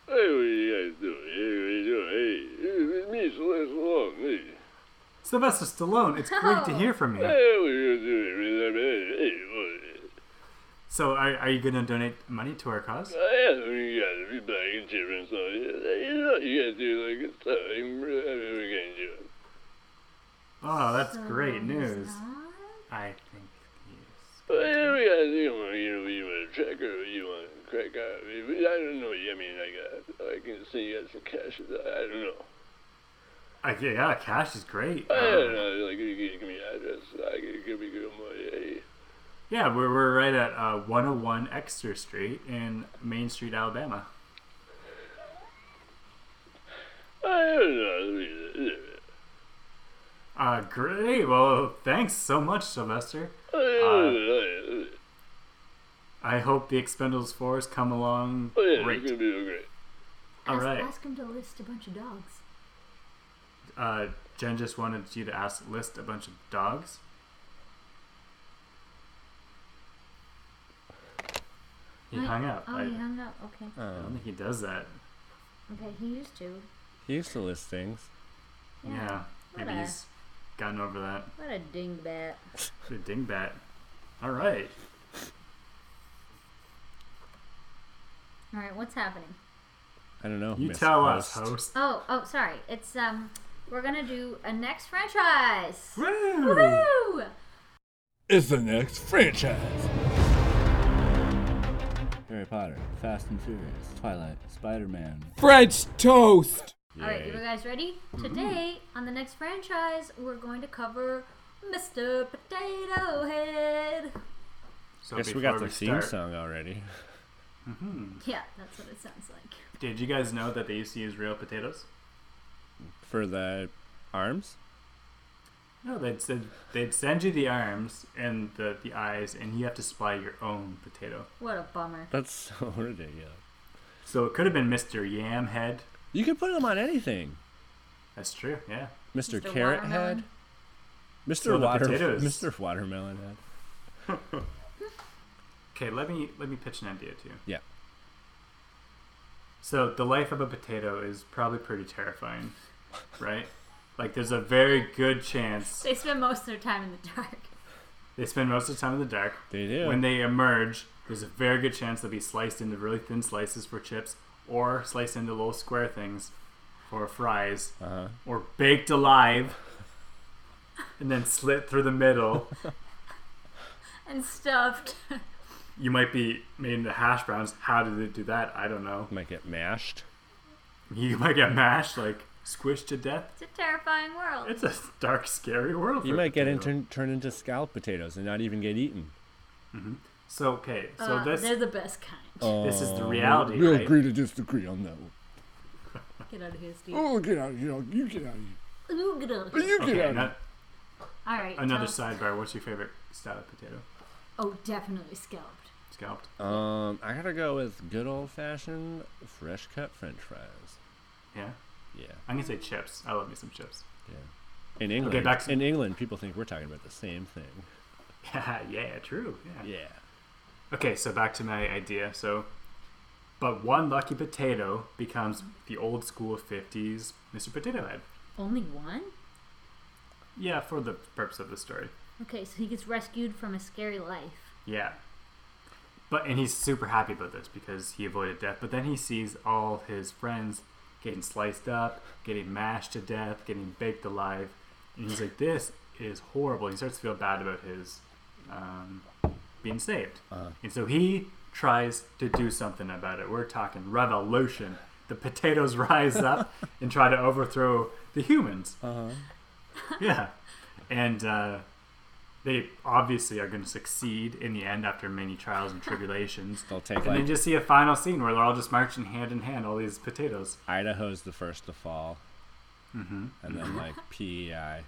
S6: Hey, what you guys doing? Hey, what you doing? Hey, it's me, Celeste Long. Hey,
S4: Sylvester Stallone, it's great to hear from you.
S6: hey what you guys doing? Hey, hey, what?
S4: So, are, are you going to donate money to our cause?
S6: I asked what you guys to be back in Chipper and stuff. You know, you guys do like good stuff. I'm really happy we can do it.
S4: Oh, that's great news.
S2: Uh,
S4: I think yes.
S6: But hey, what you guys do? You want, you know, you want to check or you want to crack out? I mean, I don't know. I mean, I got, I can see you got some cash. I don't know.
S4: I, yeah, cash is great.
S6: I don't
S4: Um,
S6: know. Like, you can give me an address. I can give me good money. Hey.
S4: yeah, we're, we're right at uh, 101 Exeter Street in Main Street, Alabama.
S6: I don't know.
S4: Uh, great. Well, thanks so much, Sylvester.
S6: I don't know.
S4: I hope the Expendables 4s come along
S6: Oh yeah,
S4: great.
S6: it's gonna be all great.
S4: All
S2: ask,
S4: right.
S2: ask him to list a bunch of dogs.
S4: Uh, Jen just wanted you to ask list a bunch of dogs. He
S2: Wait,
S4: hung up.
S2: Oh,
S4: I,
S2: he hung up. Okay.
S4: I
S3: Uh,
S4: don't think he does that.
S2: Okay, he used to.
S3: He used to list things.
S4: Yeah. Maybe
S2: Whatever.
S4: he's gotten over that.
S2: What a dingbat.
S4: The dingbat. All right.
S2: All right, what's happening?
S3: I don't know.
S4: You
S3: Miss
S4: tell us,
S3: Host.
S4: host.
S2: Oh, oh, sorry. It's um, we're gonna do a next franchise.
S4: Woo!
S2: Woo!
S5: It's the next franchise.
S3: Harry Potter, Fast and Furious, Twilight, Spider Man.
S5: French toast.
S2: All right, you guys ready?
S4: Mm-hmm.
S2: Today on the next franchise, we're going to cover Mr. Potato Head.
S4: So
S3: Guess we got
S4: before
S3: the theme
S4: start,
S3: song already.
S2: Yeah, that's what it sounds like.
S4: Did you guys know that they used to use real potatoes?
S3: For the arms?
S4: No, they'd said they'd send you the arms and the, the eyes, and you have to supply your own potato.
S2: What a bummer.
S3: That's so ridiculous.
S4: So it could have been Mr. Yam Head.
S3: You could put them on anything.
S4: That's true. Yeah.
S3: Mr.
S2: Mr.
S3: Carrot
S2: Watermelon?
S3: Head. Mr.
S4: So the
S3: Water
S4: potatoes.
S3: Mr. Watermelon Head.
S4: Okay, let me let me pitch an idea to you.
S3: Yeah.
S4: So the life of a potato is probably pretty terrifying, right? Like there's a very good chance
S2: They spend most of their time in the dark.
S4: they spend most of the time in the dark.
S3: They do.
S4: When they emerge, there's a very good chance they'll be sliced into really thin slices for chips, or sliced into little square things for fries,
S3: Uh-huh.
S4: or baked alive, and then slit through the middle.
S2: And stuffed.
S4: You might be made into hash browns. How did they do that? I don't know.
S3: Might get mashed.
S4: You might get mashed, like squished to death.
S2: It's a terrifying world.
S4: It's a dark, scary world.
S3: You
S4: for a
S3: might get
S4: potato.
S3: into, turned into scalloped potatoes and not even get eaten.
S4: So okay, so
S2: Uh,
S4: this
S2: they're the best kind.
S4: this is the
S3: Oh,
S4: reality, right?
S5: to disagree on that one.
S2: Get out of here, Steve.
S5: Oh, get out of here. You get out of here.
S2: Ooh, get out of here.
S5: You get
S4: Okay,
S5: out of here.
S4: ano-
S2: All right.
S4: another
S2: tell-
S4: sidebar. What's your favorite style of potato?
S2: Oh, definitely scalped.
S4: Scalped.
S3: Um, I gotta go with good old fashioned fresh cut French fries.
S4: Yeah,
S3: Yeah,
S4: I'm gonna say chips. I love me some chips.
S3: yeah. In England,
S4: back to-
S3: in England, people think we're talking about the same thing.
S4: yeah, true. Yeah.
S3: Yeah.
S4: Okay, so back to my idea. So, but one lucky potato becomes the old school '50s Mr. Potato Head.
S2: Only one?
S4: Yeah, for the purpose of the story.
S2: Okay, so he gets rescued from a scary life.
S4: Yeah. But and he's super happy about this because he avoided death. But then he sees all his friends getting sliced up, getting mashed to death, getting baked alive, and he's like, "This is horrible." He starts to feel bad about his um, being saved, and so he tries to do something about it. We're talking revolution. The potatoes rise up and try to overthrow the humans. Yeah, and. Uh, they obviously are going to succeed in the end after many trials and tribulations.
S3: They'll take
S4: And
S3: like
S4: then just see a final scene where they're all just marching hand in hand, all these potatoes.
S3: Idaho's the first to fall, mm-hmm. and then like E PEI.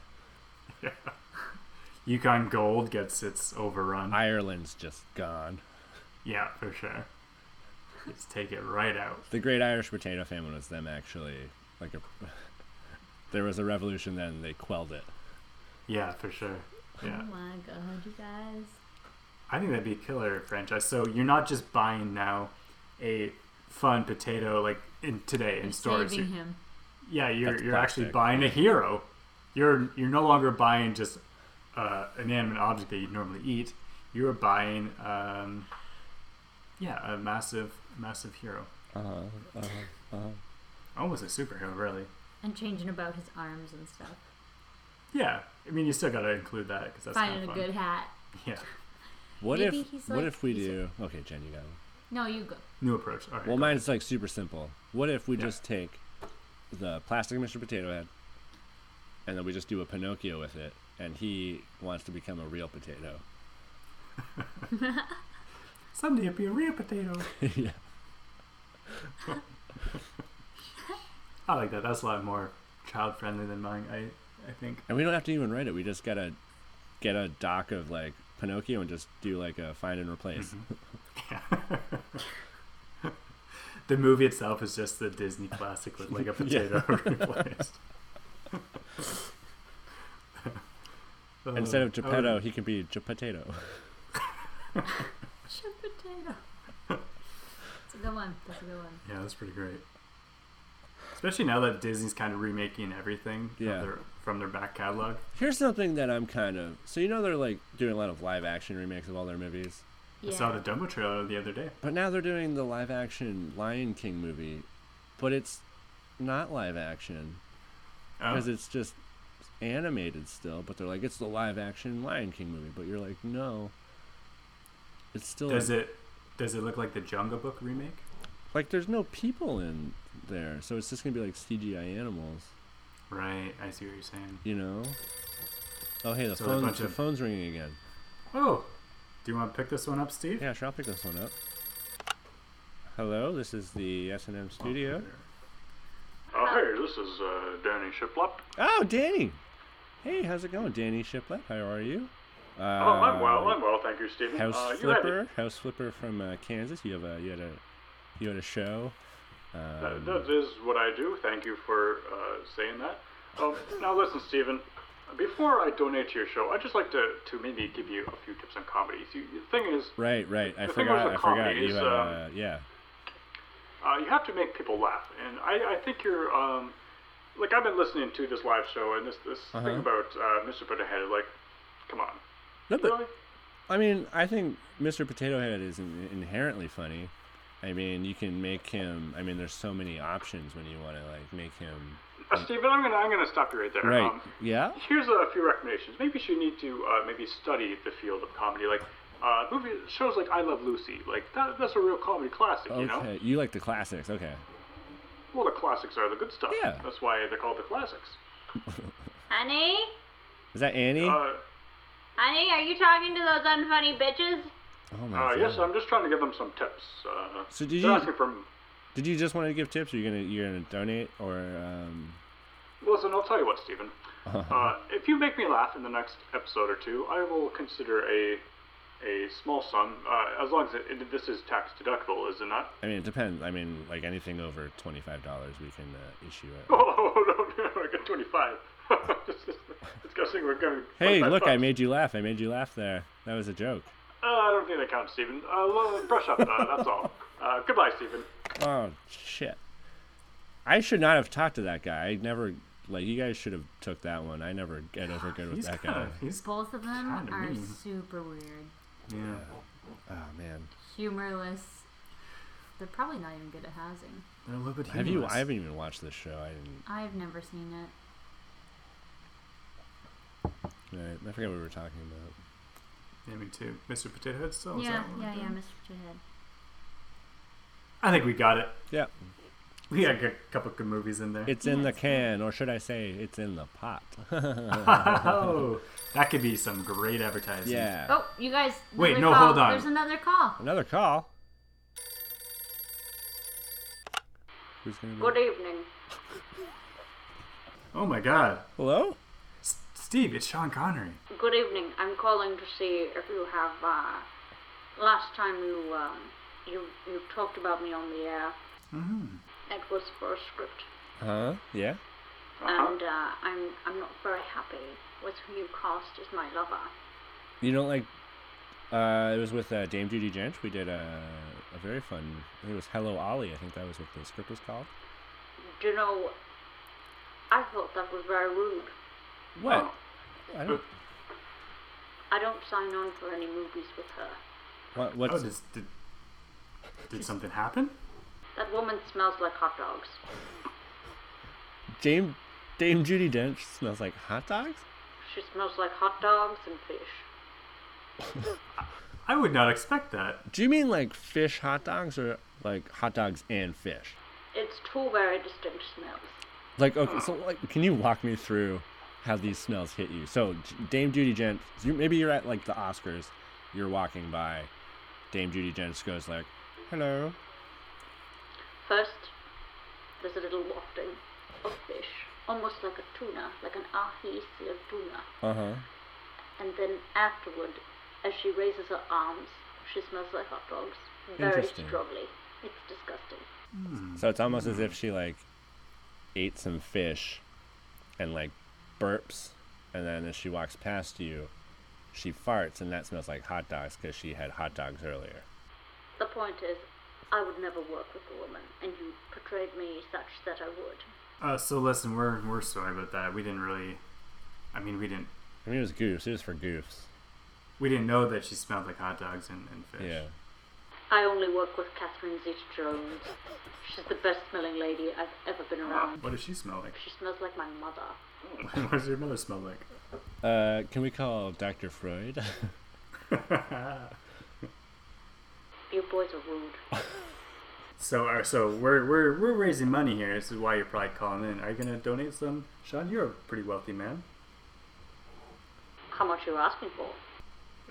S4: Yukon Gold gets its overrun.
S3: Ireland's just gone.
S4: yeah, for sure. Let's take it right out.
S3: The Great Irish Potato Famine was them actually like a. there was a revolution then they quelled it.
S4: Yeah, for sure. Yeah.
S2: Oh my god, you guys.
S4: I think that'd be a killer franchise. So you're not just buying now a fun potato like in today in
S2: You're
S4: stores.
S2: saving
S4: You-
S2: him.
S4: Yeah, you're
S3: That's
S4: you're actually
S3: plastic.
S4: buying a hero. You're you're no longer buying just uh, an inanimate object that you'd normally eat. You're buying, um, yeah, a massive massive hero,
S3: Uh-huh.
S4: almost a superhero, really.
S2: And changing about his arms and stuff.
S4: Yeah, I mean you still gotta include that because that's kind
S2: Finding
S4: of
S2: a
S4: fun.
S2: good hat.
S4: Yeah,
S3: What
S2: Maybe
S3: if
S2: he's
S3: what
S2: like-
S3: if we
S2: he's
S3: do? Okay, Jen, you got one.
S2: No, you go.
S4: new approach. All right.
S3: Well,
S4: go.
S3: mine's like super simple. What if we
S4: Yeah.
S3: just take the plastic Mr. Potato Head and then we just do a Pinocchio with it and he wants to become a real potato?
S4: someday it'll be a real potato.
S3: yeah.
S4: I like that. That's a lot more child friendly than mine. I I think.
S3: And we don't have to even write it. We just got to get a doc of like Pinocchio and just do like a find and replace.
S4: Mm-hmm.
S3: Mm-hmm.
S4: The movie itself is just the Disney classic with like a potato replaced.
S3: Instead of
S4: Oh,
S3: Geppetto, he can be Geppetto.
S2: Chip potato. It's a good one. That's a good one.
S4: yeah, that's pretty great. Especially now that Disney's kind of remaking everything
S3: Yeah.
S4: from, their, from their back catalog.
S3: Here's something that I'm kind of. So, you know, they're like doing a lot of live action remakes of all their movies.
S2: Yeah.
S4: I saw the Dumbo trailer the other day.
S3: But now they're doing the live action Lion King movie, but it's not live action.
S4: Oh,
S3: because it's just animated still. But they're like, it's the live action Lion King movie. But you're like, no, it's still
S4: does it does it look like the Jungle Book remake?
S3: like there's no people in there, so it's just gonna be like CGI animals,
S4: Right, I see what you're saying.
S3: you know? Oh hey, the
S4: So a
S3: phone
S4: bunch
S3: the
S4: of-
S3: phone's ringing again.
S4: Oh, Do you want to pick this one up, Steve?
S3: Yeah, sure. I'll pick this one up. Hello, this is the S and M studio.
S7: Oh, hey, this is uh, Danny Shiplop.
S3: Oh, Danny. Hey, how's it going, Danny Shiplett? How are you? Uh,
S7: Oh, I'm well. I'm well, thank you, Stephen.
S3: House
S7: uh, you had
S3: Flipper, House Flipper from uh, Kansas. You have a you had a you had a show.
S7: Uh,
S3: Um,
S7: that is what I do. Thank you for uh, saying that. Um, now, listen, Stephen. Before I donate to your show, I'd just like to, to maybe give you a few tips on comedy. See, the thing is,
S3: right, right. I
S7: the thing
S3: forgot.
S7: was
S3: I
S7: the
S3: forgot.
S7: comedy
S3: You
S7: is,
S3: had
S7: um,
S3: a, yeah.
S7: uh, you have to make people laugh, and I, I think you're um, like I've been listening to this live show and this this
S3: Uh-huh.
S7: thing about uh, Mr. Potato Head. Like, come on,
S3: No, but
S7: really?
S3: I mean, I think Mr. Potato Head is in- inherently funny. I mean, you can make him. I mean, there's so many options when you want to like make him.
S7: Uh, Stephen, I'm gonna I'm gonna stop you right there.
S3: Right.
S7: Um,
S3: Yeah.
S7: here's a few recommendations. Maybe you should need to uh, maybe study the field of comedy, like uh, movie shows like I Love Lucy. Like that, that's a real comedy classic, you know.
S3: Okay. You like the classics. Okay.
S7: Well, the classics are the good stuff.
S3: Yeah.
S7: That's why they're called the classics.
S8: Honey?
S3: Is that Annie?
S7: Uh,
S8: Honey, are you talking to those unfunny bitches?
S3: oh my
S7: uh,
S3: god.
S7: yes, I'm just trying to give them some tips. Uh,
S3: So did
S7: they're
S3: you-
S7: asking for
S3: Did you just want to give tips? Or you gonna you're gonna donate or um?
S7: Listen, I'll tell you what, Stephen.
S3: Uh-huh.
S7: Uh, if you make me laugh in the next episode or two, I will consider a a small sum, uh, as long as it, it- this is tax deductible, is it not?
S3: I mean, it depends. I mean, like anything over twenty five dollars, we can uh, issue it.
S7: Oh no, no, I got twenty five. Discussing we're going.
S3: Hey,
S7: 25
S3: look! I
S7: bucks.
S3: made you laugh. I made you laugh there. That was a joke.
S7: Uh, I don't think that counts, Stephen. Uh, lo- brush up. Uh, that's all. Uh, goodbye, Stephen.
S3: Oh shit! I should not have talked to that guy. I never like you guys should have took that one. I never get over good with
S4: He's
S3: that
S4: kind
S3: guy.
S4: of. He's.
S2: Both of them
S4: Kinda
S2: are
S4: mean.
S2: super weird,
S4: Yeah.
S3: Oh man,
S2: humorless. They're probably not even good at housing.
S4: They're a little bit
S3: have you?
S4: humorless.
S3: I haven't even watched this show. I didn't.
S2: I've never seen it.
S3: Right. I forgot what we were talking about.
S4: Yeah, me too. Mr. Potato Head still. Oh, is
S2: yeah,
S4: that what we're
S2: yeah, yeah,
S4: doing?
S2: Mr. Potato
S4: I think we got it.
S3: Yeah,
S4: We got a good- couple good movies in there.
S3: it's in the can, or should I say, it's in the pot?
S4: oh, that could be some great advertising.
S3: yeah.
S2: Oh, you guys.
S4: Uh, Wait,
S2: another
S4: no,
S2: call.
S4: hold on.
S2: There's another call.
S3: Another call. Who's gonna be?
S8: Good evening.
S4: Oh my God,
S3: Hello?
S4: S- Steve, it's Sean Connery.
S8: Good evening. I'm calling to see if you have, uh, last time you, um, you, you talked about me on the air. Mm-hmm. It was for a script.
S3: Huh? Yeah.
S8: And, uh, I'm, I'm not very happy with who you cast as my lover.
S3: You don't like? Uh, it was with uh, Dame Judy Dench. We did a, a very fun. I think it was Hello Ollie. I think that was what the script was called.
S8: Do you know, I thought that was very rude.
S3: What? I don't.
S8: I don't sign on for any movies with her.
S3: What?
S4: Oh,
S3: What's?
S4: did, did, did something happen?
S8: That woman smells like hot dogs.
S3: Dame Dame Judy Dench smells like hot dogs.
S8: She smells like hot dogs and fish.
S4: I would not expect that.
S3: Do you mean like fish hot dogs or like hot dogs and fish?
S8: It's two very distinct smells.
S3: Like okay, so like, can you walk me through how these smells hit you? So J- Dame Judy Dench, you, maybe you're at like the Oscars, you're walking by, Dame Judy Dench goes like, "Hello."
S8: First, there's a little wafting of fish, almost like a tuna, like an ahi sea of tuna.
S3: Uh huh.
S8: And then afterward, as she raises her arms, she smells like hot dogs. Very
S3: Interesting.
S8: strongly. It's disgusting.
S3: So it's almost as if she like ate some fish and like burps, and then as she walks past you, she farts, and that smells like hot dogs because she had hot dogs earlier.
S8: The point is, I would never work with a woman, and you portrayed me such that I would.
S4: Uh, so listen, we're we're sorry about that. We didn't really. I mean, we didn't
S3: I mean, it was goofs. It was for goofs.
S4: we didn't know that she smelled like hot dogs and, and fish.
S3: Yeah.
S8: I only work with Catherine Zeta-Jones. She's the best smelling lady I've ever been around.
S4: What does she smell like?
S8: She smells like my mother.
S4: what does your mother smell like?
S3: Uh, can we call Dr. Freud?
S8: You boys are rude.
S4: So, uh, so we're, we're we're raising money here. This is why you're probably calling in. Are you gonna donate some, Sean? You're a pretty wealthy man.
S8: How much are you asking for?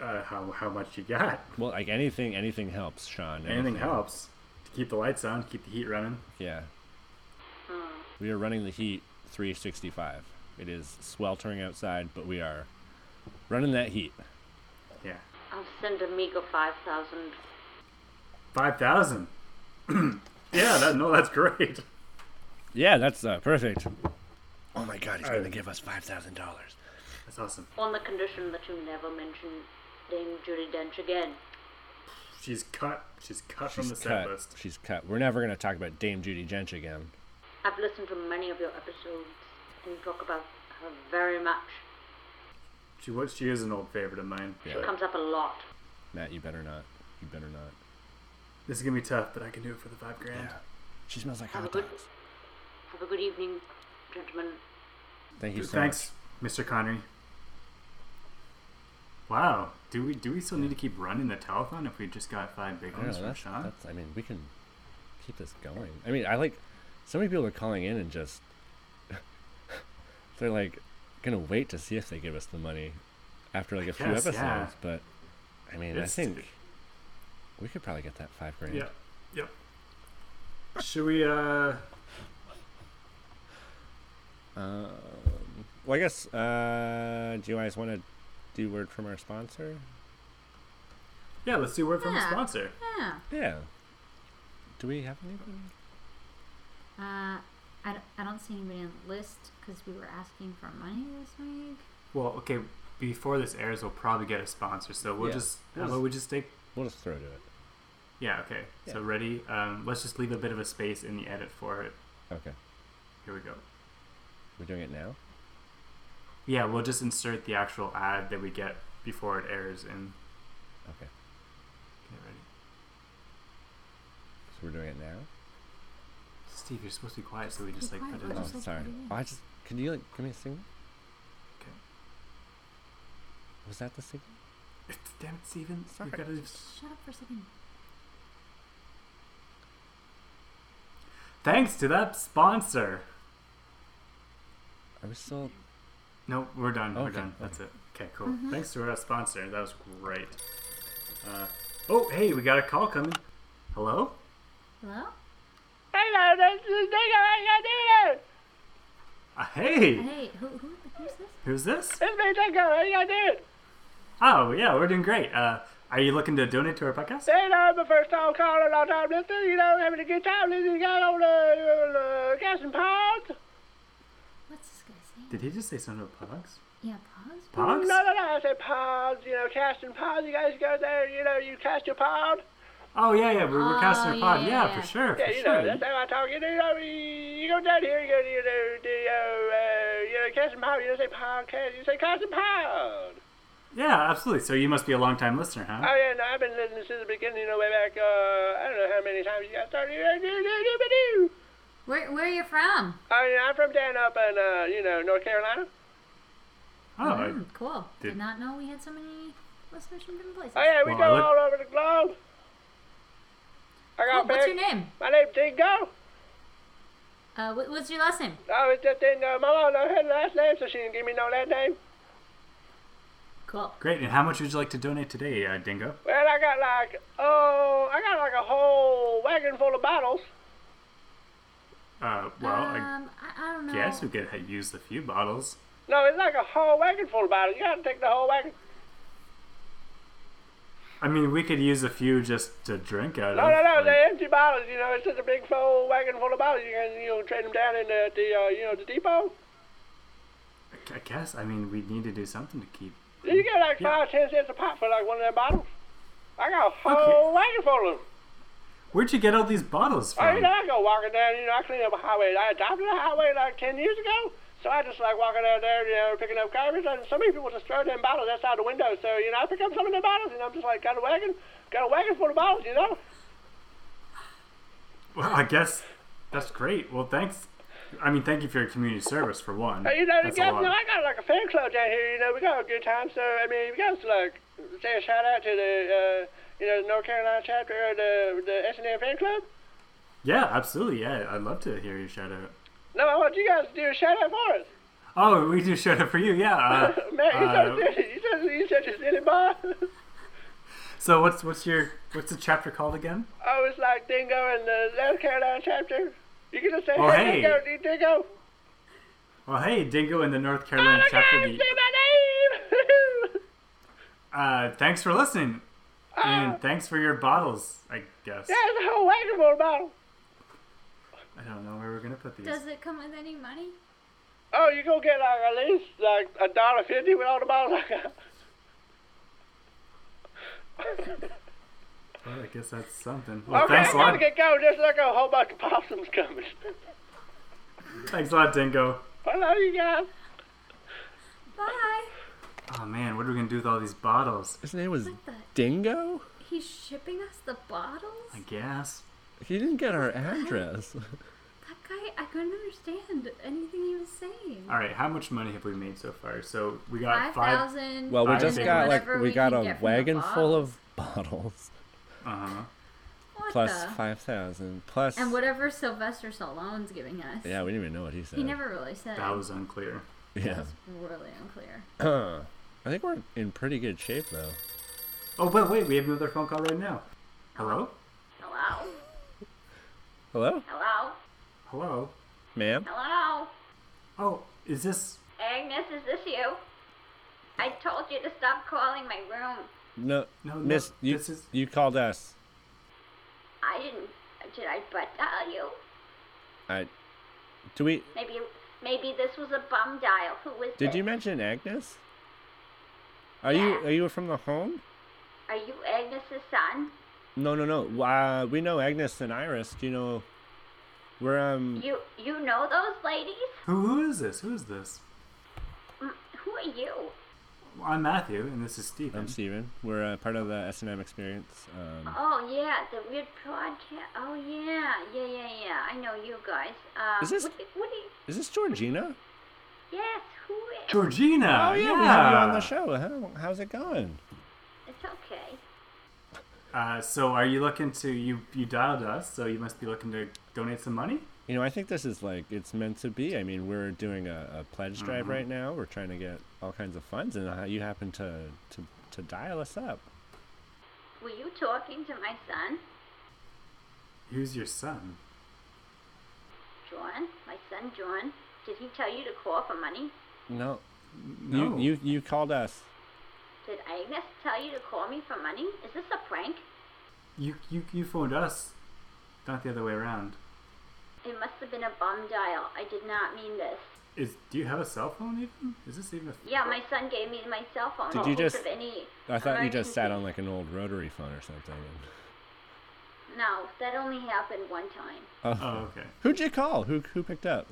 S4: uh, how how much you got.
S3: Well, like anything, anything helps, Sean.
S4: Anything helps to keep the lights on, keep the heat running.
S3: Yeah. We are running the heat 365. It is sweltering outside, but we are running that heat.
S4: Yeah,
S8: I'll send Amigo 5,000.
S4: five thousand. yeah, that, no, that's great.
S3: Yeah, that's uh, perfect. Oh my God, he's
S4: Alright.
S3: gonna give us five thousand dollars.
S4: That's awesome.
S8: On the condition that you never mention Dame Judy Dench again.
S4: She's cut. She's cut from
S3: She's
S4: the
S3: cut.
S4: set list.
S3: She's cut. We're never gonna talk about Dame Judy Dench again.
S8: I've listened to many of your episodes, and you talk about her very much.
S4: She was. She is an old favorite of mine.
S8: She comes up a lot.
S3: Matt, you better not. You better not.
S4: This is gonna be tough, but I can do it for the five grand.
S3: She smells like
S8: Have a
S3: hot
S8: good,
S3: dogs.
S8: have a good evening, gentlemen.
S3: Thank you so
S4: Thanks, Mr. Connery. Wow. Do we do we still need to keep running the telethon if we just got five big
S3: much. I
S4: ones
S3: know,
S4: from
S3: that's,
S4: Sean?
S3: that's. I mean, we can keep this going. I mean, I like. So many people are calling in and just. they're like, gonna wait to see if they give us the money, after like a few
S4: guess,
S3: episodes.
S4: yeah.
S3: But, I mean,
S4: It's-
S3: I think. We could probably get that five grand.
S4: Yep. Yep. Should we uh
S3: Um, Well, I guess. Uh, do you guys want to do word from our sponsor?
S4: yeah, let's do word from
S2: Yeah.
S4: a sponsor.
S2: Yeah.
S3: Yeah. Do we have anything?
S2: Uh, I, d- I don't see anybody on the list because we were asking for money this week.
S4: Well, okay, before this airs we'll probably get a sponsor, so we'll
S3: Yeah.
S4: just how
S3: We'll
S4: about
S3: just-
S4: we just take
S3: We'll just throw to it.
S4: Yeah, okay.
S3: Yeah.
S4: So ready? Um, let's just leave a bit of a space in the edit for it.
S3: Okay.
S4: Here we go.
S3: We're doing it now.
S4: Yeah, we'll just insert the actual ad that we get before it airs and
S3: Okay.
S4: get ready.
S3: So we're doing it now.
S4: Steve, you're supposed to be quiet, so we just
S2: Be
S4: like
S2: quiet,
S4: put it
S2: we're
S4: in.
S3: Oh,
S2: just, like,
S3: sorry.
S2: putting it-
S3: Oh, I just. Can you like give me a signal?
S4: Okay.
S3: Was that the signal?
S4: Damn it, Steven.
S3: Sorry.
S4: You've got to just...
S2: Shut up for a second.
S4: Thanks to that sponsor.
S3: I was still.
S4: No, we're done. We're
S3: Okay,
S4: done. That's it. Okay, cool.
S9: Mm-hmm.
S4: Thanks to our sponsor. That was great. Uh, oh, hey, we got a call coming. Hello?
S2: Hello?
S9: Hello, this is Nigga Rangadino.
S4: Uh, hey,
S2: Hey, who, who, who's this?
S4: who's this?
S9: It's me, Nigga Rangadino.
S4: Oh, yeah, we're doing great. Uh, are you looking to donate to our podcast?
S9: You know, I'm a first time caller, long time listener. You know, having a good time listening. You got on the uh, gas and pods.
S2: What's this guy saying?
S4: Did he just say something about pogs?
S2: Yeah, pause.
S4: Pogs?
S9: No, no, no. I said pods. You know, casting pods. You guys go there. You know, you cast your pod.
S4: Oh, yeah, yeah, we're, we're casting a pod.
S2: yeah,
S4: Yeah,
S2: yeah.
S4: for sure.
S9: Ah, Yeah,
S4: for
S9: you
S4: sure.
S9: know, that's how I talk. You know, you, know, you go down here. You go, you know, do, uh, uh, you know, casting pod. You don't say podcast. You say casting pod.
S4: Yeah, absolutely. So you must be a long time listener, huh?
S9: Oh yeah, no, I've been listening since the beginning. You know, way back. Uh, I don't know how many times you got started. You know, do, do, do, do, do.
S2: Where, where are you from?
S9: I mean, I'm from down up in, uh, you know, North Carolina.
S4: oh, I-
S2: Hmm, cool. Did
S4: did-
S2: not know we had so many listeners from different places.
S9: Oh, yeah, we
S4: Well, I
S9: go
S4: look-
S9: all over the globe. I
S2: Oh,
S9: got
S2: what's
S9: back.
S2: your name?
S9: My name's Dingo.
S2: Uh, what, what's your last name?
S9: I was just in, uh, my mom never had a last name, so she didn't give me no last name.
S2: Cool.
S4: great. And how much would you like to donate today, uh, Dingo?
S9: Well, I got like, oh, I got like a whole wagon full of bottles.
S4: Uh, well, I
S2: um, I, I don't know.
S4: guess we could ha- use a few bottles.
S9: No, it's like a whole wagon full of bottles. You gotta take the whole wagon.
S4: I mean, we could use a few just to drink out
S9: No,
S4: of.
S9: no, no,
S4: like-
S9: they're empty bottles. You know, it's just a big full wagon full of bottles. You can, you know, trade them down in the, the uh, you know, the depot.
S4: I guess. I mean, we need to do something to keep.
S9: You get like
S4: Yeah.
S9: five, ten cents a pop for like one of them bottles. I got a whole wagon full of them.
S4: Where'd you get all these bottles
S9: Oh,
S4: from?
S9: you know, I go walking down, you know, I clean up a highway. I adopted a highway like 10 years ago. So I just like walking down there, you know, picking up garbage. And so many people just throw them bottles outside the window. So, you know, I pick up some of them bottles and I'm just like, got a wagon, got a wagon full of bottles, you know?
S4: Well, I guess that's great. Well, thanks. I mean, thank you for your community service for one.
S9: But, you know, the
S4: that's a
S9: guys,
S4: lot.
S9: you know, I got like a fan club down here, you know, we got a good time. So, I mean, you guys like say a shout out to the, uh, you know, North Carolina chapter of the, the S&M fan club.
S4: Yeah, absolutely. Yeah, I'd love to hear your shout out.
S9: No, I want you guys to do a shout out for us.
S4: Oh, we just showed up for you, yeah. Uh,
S9: Man, you
S4: uh,
S9: so silly. You so you such a silly boy.
S4: so what's what's your what's the chapter called again?
S9: Oh, it's like Dingo and the South Carolina chapter. You can just say,
S4: Oh,
S9: hey,
S4: hey.
S9: Dingo, D Dingo.
S4: Well, hey, Dingo in the North
S9: Oh,
S4: Carolina
S9: I
S4: Mm, chapter.
S9: can't
S4: the-
S9: say my name.
S4: Uh, thanks for listening,
S9: Oh.
S4: and thanks for your bottles. I guess
S9: That's a whole wagon full of bottles.
S4: I don't know where we're gonna put these.
S10: Does it come with any money?
S9: Oh, you gonna get like at least like a dollar fifty with all the bottles I got.
S4: Well, I guess that's something. Well,
S9: okay,
S4: thanks
S9: I'm
S4: a
S9: gonna
S4: lot.
S9: get going. There's like a whole bunch of possums coming.
S4: Thanks a lot, Dingo.
S9: I love you guys.
S10: Bye.
S4: Oh man, what are we gonna do with all these bottles?
S3: His name was
S10: the-
S3: Dingo?
S10: He's shipping us the bottles?
S4: I guess.
S3: He didn't get our address.
S10: That guy, I couldn't understand anything he was saying.
S4: All right, how much money have we made so far? So we
S10: Five
S4: got five.
S10: thousand.
S3: Well, we
S4: I
S3: just
S4: see.
S3: got like
S10: Whatever
S3: we got
S10: can
S3: a
S10: get from the
S3: wagon full
S10: bottles.
S3: of bottles
S4: Uh huh.
S10: What
S3: plus
S10: the-
S3: five thousand plus.
S10: And whatever Sylvester Stallone's giving us.
S3: Yeah, we didn't even know what he said.
S10: He never really said.
S4: That was unclear.
S10: That
S3: Yeah,
S10: was really unclear.
S3: I think we're in pretty good shape though.
S4: Oh, but wait, we have another phone call right now. Hello?
S10: Uh-huh.
S2: Hello?
S3: Hello,
S2: Hello?
S4: Hello?
S3: ma'am.
S2: Hello?
S4: Oh, is this.
S2: Agnes, is this you? I told you to stop calling my room.
S3: No,
S4: No, no,
S3: miss, you
S4: this is-
S3: you called us.
S2: I didn't. Did I but dial you?
S3: I do we
S2: Maybe, maybe this was a bum dial. Who was
S3: did
S2: this?
S3: you mention Agnes? Are you
S2: Yeah.
S3: are you from the home?
S2: Are you Agnes's son?
S3: No, no, no. Uh, we know Agnes and Iris. Do you know? We're um.
S2: You, you know those ladies?
S4: Who, who is this? Who is this?
S2: Mm, Who are you?
S4: Well, I'm Matthew, and this is Steven.
S3: I'm Steven. We're uh, part of the S and M experience. Um,
S2: Oh yeah, the weird podcast. Oh yeah, yeah, yeah, yeah. I know you guys. Um,
S3: Is this-
S2: What, do- what do you-
S3: is this Georgina?
S2: yes, who is?
S4: Georgina!
S3: Oh yeah, we have you on the show. How, how's it going?
S2: It's okay.
S4: Uh, so are you looking to. You, you dialed us, so you must be looking to donate some money?
S3: You know, I think this is like it's meant to be. I mean, we're doing a, a pledge
S4: Mm-hmm.
S3: drive right now. We're trying to get all kinds of funds, and uh, you happen to, to to dial us up.
S2: Were you talking to my son,
S4: Who's your son?
S2: John? My son, John. Did he tell you to call for money?
S3: No,
S4: No.
S3: you you you called us.
S2: Did Agnes tell you to call me for money? Is this a prank?
S4: You, you, you phoned us, not the other way around.
S2: It must have been a bum dial. I did not mean this.
S4: Is, do you have a cell phone even? Is this even a.
S2: Yeah, my son gave me my cell phone.
S3: Did
S2: in
S3: you
S2: case
S3: just-
S2: Of any
S3: I thought you just sat
S2: emergency.
S3: on like an old rotary phone or something.
S2: No, that only happened one time.
S3: Oh,
S4: Oh, okay.
S3: who'd you call? Who who picked up?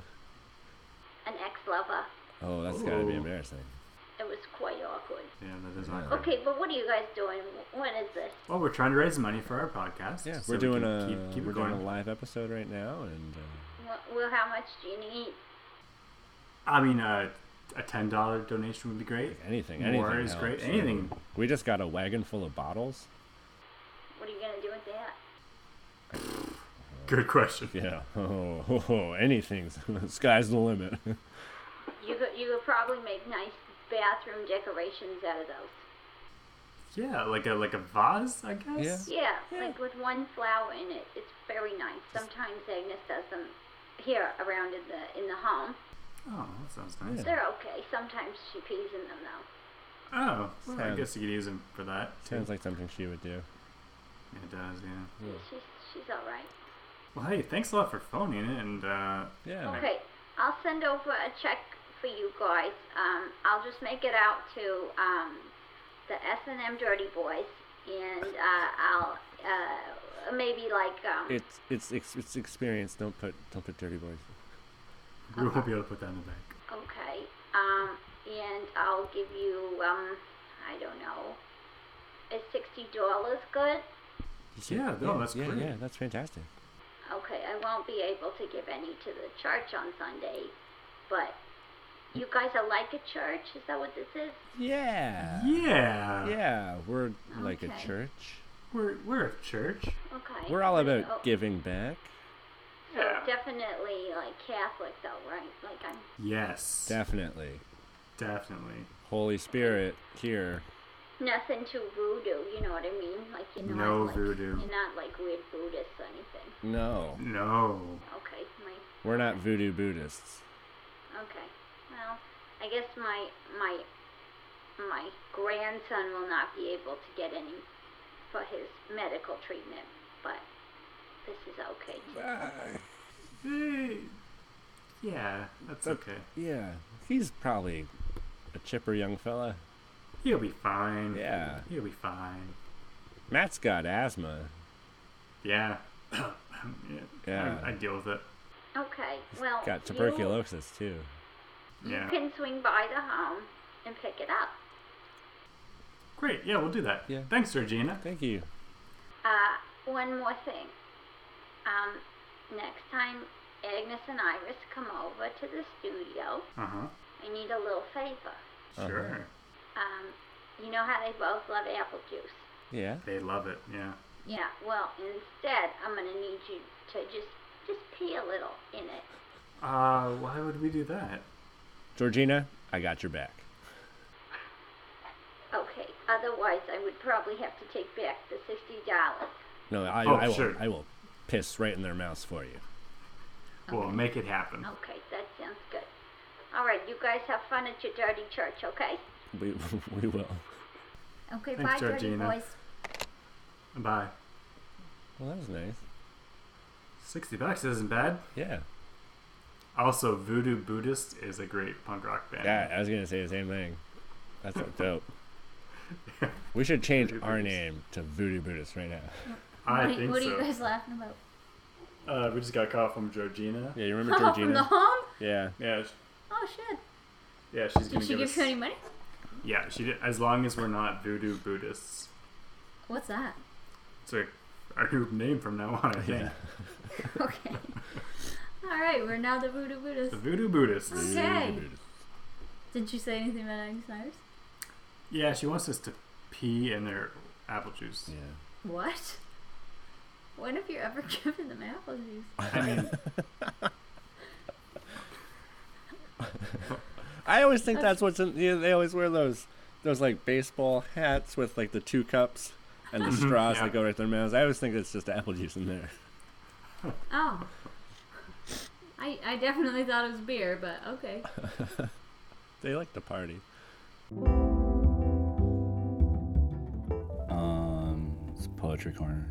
S2: An ex-lover.
S3: Oh, that's gotta be
S4: Ooh.
S3: embarrassing.
S2: It was quite awkward.
S4: Yeah, that is not great.
S2: Okay, but what are you guys doing? When is this?
S4: Well, we're trying to raise money for our podcast.
S3: Yeah,
S4: so
S3: we're
S4: we
S3: doing
S4: can
S3: a
S4: keep, keep it
S3: we're
S4: going.
S3: doing a live episode right now, and uh,
S2: Wh- Well, how much do you need?
S4: I mean, a a ten dollar donation would be great.
S3: anything, anything.
S4: More is great.
S3: helps.
S4: Anything.
S3: We just got a wagon full of bottles.
S2: What are you gonna do with that?
S4: Good question.
S3: Yeah. Oh, oh, oh anything's sky's the limit.
S2: You could you could probably make nice bathroom decorations out of those.
S4: Yeah, like a like a vase, I guess.
S2: Yeah, like with one flower in it. It's very nice. Sometimes Agnes does them here around in the in the home.
S4: Oh, that sounds nice.
S2: They're okay. Sometimes she pees in them though.
S4: Oh, well, I
S3: Sounds-
S4: guess you could use them for that. too.
S3: Sounds like something she would do.
S4: Yeah, it does. Yeah.
S2: She's she's all right.
S4: Well, hey, thanks a lot for phoning in, and uh,
S3: Yeah.
S2: Okay, I'll send over a check for you guys. Um, I'll just make it out to um, the S and M Dirty Boys, and uh, I'll uh, maybe like um,
S3: It's it's it's, it's experience. Don't put don't put dirty boys.
S4: we
S2: Uh-huh.
S4: won't be able to put that in the bank.
S2: okay, um, and I'll give you um, I don't know, is sixty dollars good?
S4: Yeah, no, that's
S3: yeah,
S4: great.
S3: Yeah, that's fantastic.
S2: Okay, I won't be able to give any to the church on Sunday, but you guys are like a church. Is that what this is?
S3: Yeah.
S4: Yeah.
S3: Yeah, we're like a
S2: Okay.
S3: church.
S4: We're we're a church.
S2: Okay.
S3: We're all
S2: Oh.
S3: about giving back.
S8: So
S7: Yeah.
S8: definitely like Catholic though, right? Like I'm
S4: Yes.
S3: Definitely.
S4: definitely.
S3: Holy Spirit here.
S8: nothing too voodoo, you know what I mean? Like you're not
S4: No
S8: like,
S4: voodoo.
S8: You're not like weird Buddhists or anything.
S3: No,
S4: No.
S8: Okay, my
S3: we're not voodoo Buddhists.
S8: okay. Well, I guess my my my grandson will not be able to get any for his medical treatment, but this is okay.
S3: Ah,
S4: Eh, Yeah, that's okay.
S3: Yeah, he's probably a chipper young fella.
S4: He'll be fine.
S3: Yeah.
S4: He'll be fine.
S3: Matt's got asthma.
S4: Yeah. yeah.
S3: Yeah.
S4: I, I deal with it.
S8: Okay. Well,
S3: Got
S8: you-
S3: tuberculosis too.
S4: Yeah.
S8: You can swing by the home and pick it up.
S4: Great. Yeah, we'll do that.
S3: Yeah.
S4: Thanks, Regina.
S3: Thank you.
S8: Uh, one more thing. Um, next time Agnes and Iris come over to the studio,
S4: Uh huh.
S8: I need a little favor.
S3: Uh-huh.
S4: Sure.
S8: Um, you know how they both love apple juice.
S3: Yeah.
S4: They love it. Yeah.
S8: Yeah. Well, instead, I'm gonna need you to just just pee a little in it.
S4: Uh, why would we do that?
S3: Georgina, I got your back.
S8: Okay. Otherwise, I would probably have to take back the sixty dollars.
S3: No, I,
S4: Oh,
S3: I will.
S4: sure.
S3: I will piss right in their mouths for you.
S4: We'll make it happen.
S8: Okay, that sounds good. All right, you guys have fun at your dirty church, okay?
S3: We we will.
S2: Okay,
S4: Thanks,
S2: bye, dirty
S4: Georgina.
S2: boys. Oh.
S4: Bye.
S3: Well, that was nice.
S4: 60 bucks isn't bad.
S3: Yeah.
S4: Also, Voodoo Buddhist is a great punk rock band.
S3: Yeah, I was gonna say the same thing. That's so dope. We should change
S4: Voodoo
S3: our
S4: Buddhist.
S3: name to Voodoo Buddhist right now.
S4: I
S2: what
S4: think
S2: what
S4: so.
S2: are you guys laughing about?
S4: uh, we just got a call from Georgina.
S3: Yeah, you remember
S2: Oh, from the
S3: Georgina?
S2: home?
S3: Yeah.
S4: Yeah, sh-
S2: Oh, shit.
S4: yeah, she's
S2: Did
S4: gonna
S2: she
S4: give
S2: give
S4: us.
S2: you any money?
S4: Yeah, she did. As long as we're not Voodoo Buddhists,
S2: What's that?
S4: it's our, our new name from now on. I think
S3: Yeah.
S2: Okay. All right, we're now the Voodoo Buddhists.
S4: the Voodoo Buddhists.
S2: Okay.
S3: Voodoo Buddhist.
S2: Did you say anything about Agnes Myers?
S4: Yeah, she wants us to pee in their apple juice.
S3: Yeah.
S2: What? When have you ever given them apple juice?
S4: I mean,
S3: I always think that's what's in. You know, they always wear those those like baseball hats with like the two cups and the straws
S4: Mm-hmm. yeah.
S3: that go right their mouths. I always think it's just apple juice in there.
S2: Oh. I, I definitely thought it was beer, but okay.
S3: They like to party.
S11: Um, it's poetry corner.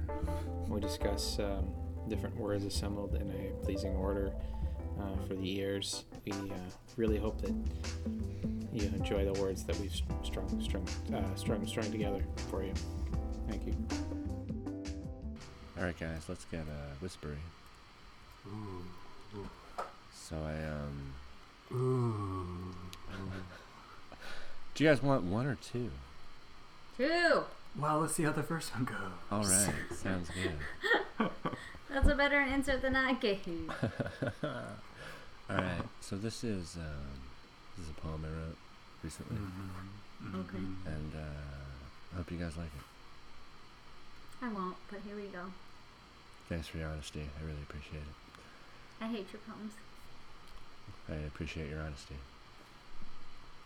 S12: We'll discuss um, different words assembled in a pleasing order uh, for the ears. We uh, really hope that you enjoy the words that we've strung, strung, uh, strung, strung together for you. Thank you.
S3: All right, guys, let's get uh, whispery. So I um. Do you guys want one or two?
S2: Two.
S4: well, let's see how the first one goes.
S3: All right, sounds good.
S2: That's a better answer than I gave.
S3: All right, so this is um, this is a poem I wrote recently,
S11: Mm.
S4: Mm-hmm.
S2: Okay.
S3: and uh, I hope you guys like it.
S2: I won't, but here we go.
S3: Thanks for your honesty. I really appreciate it.
S2: I hate your poems.
S3: I appreciate your honesty.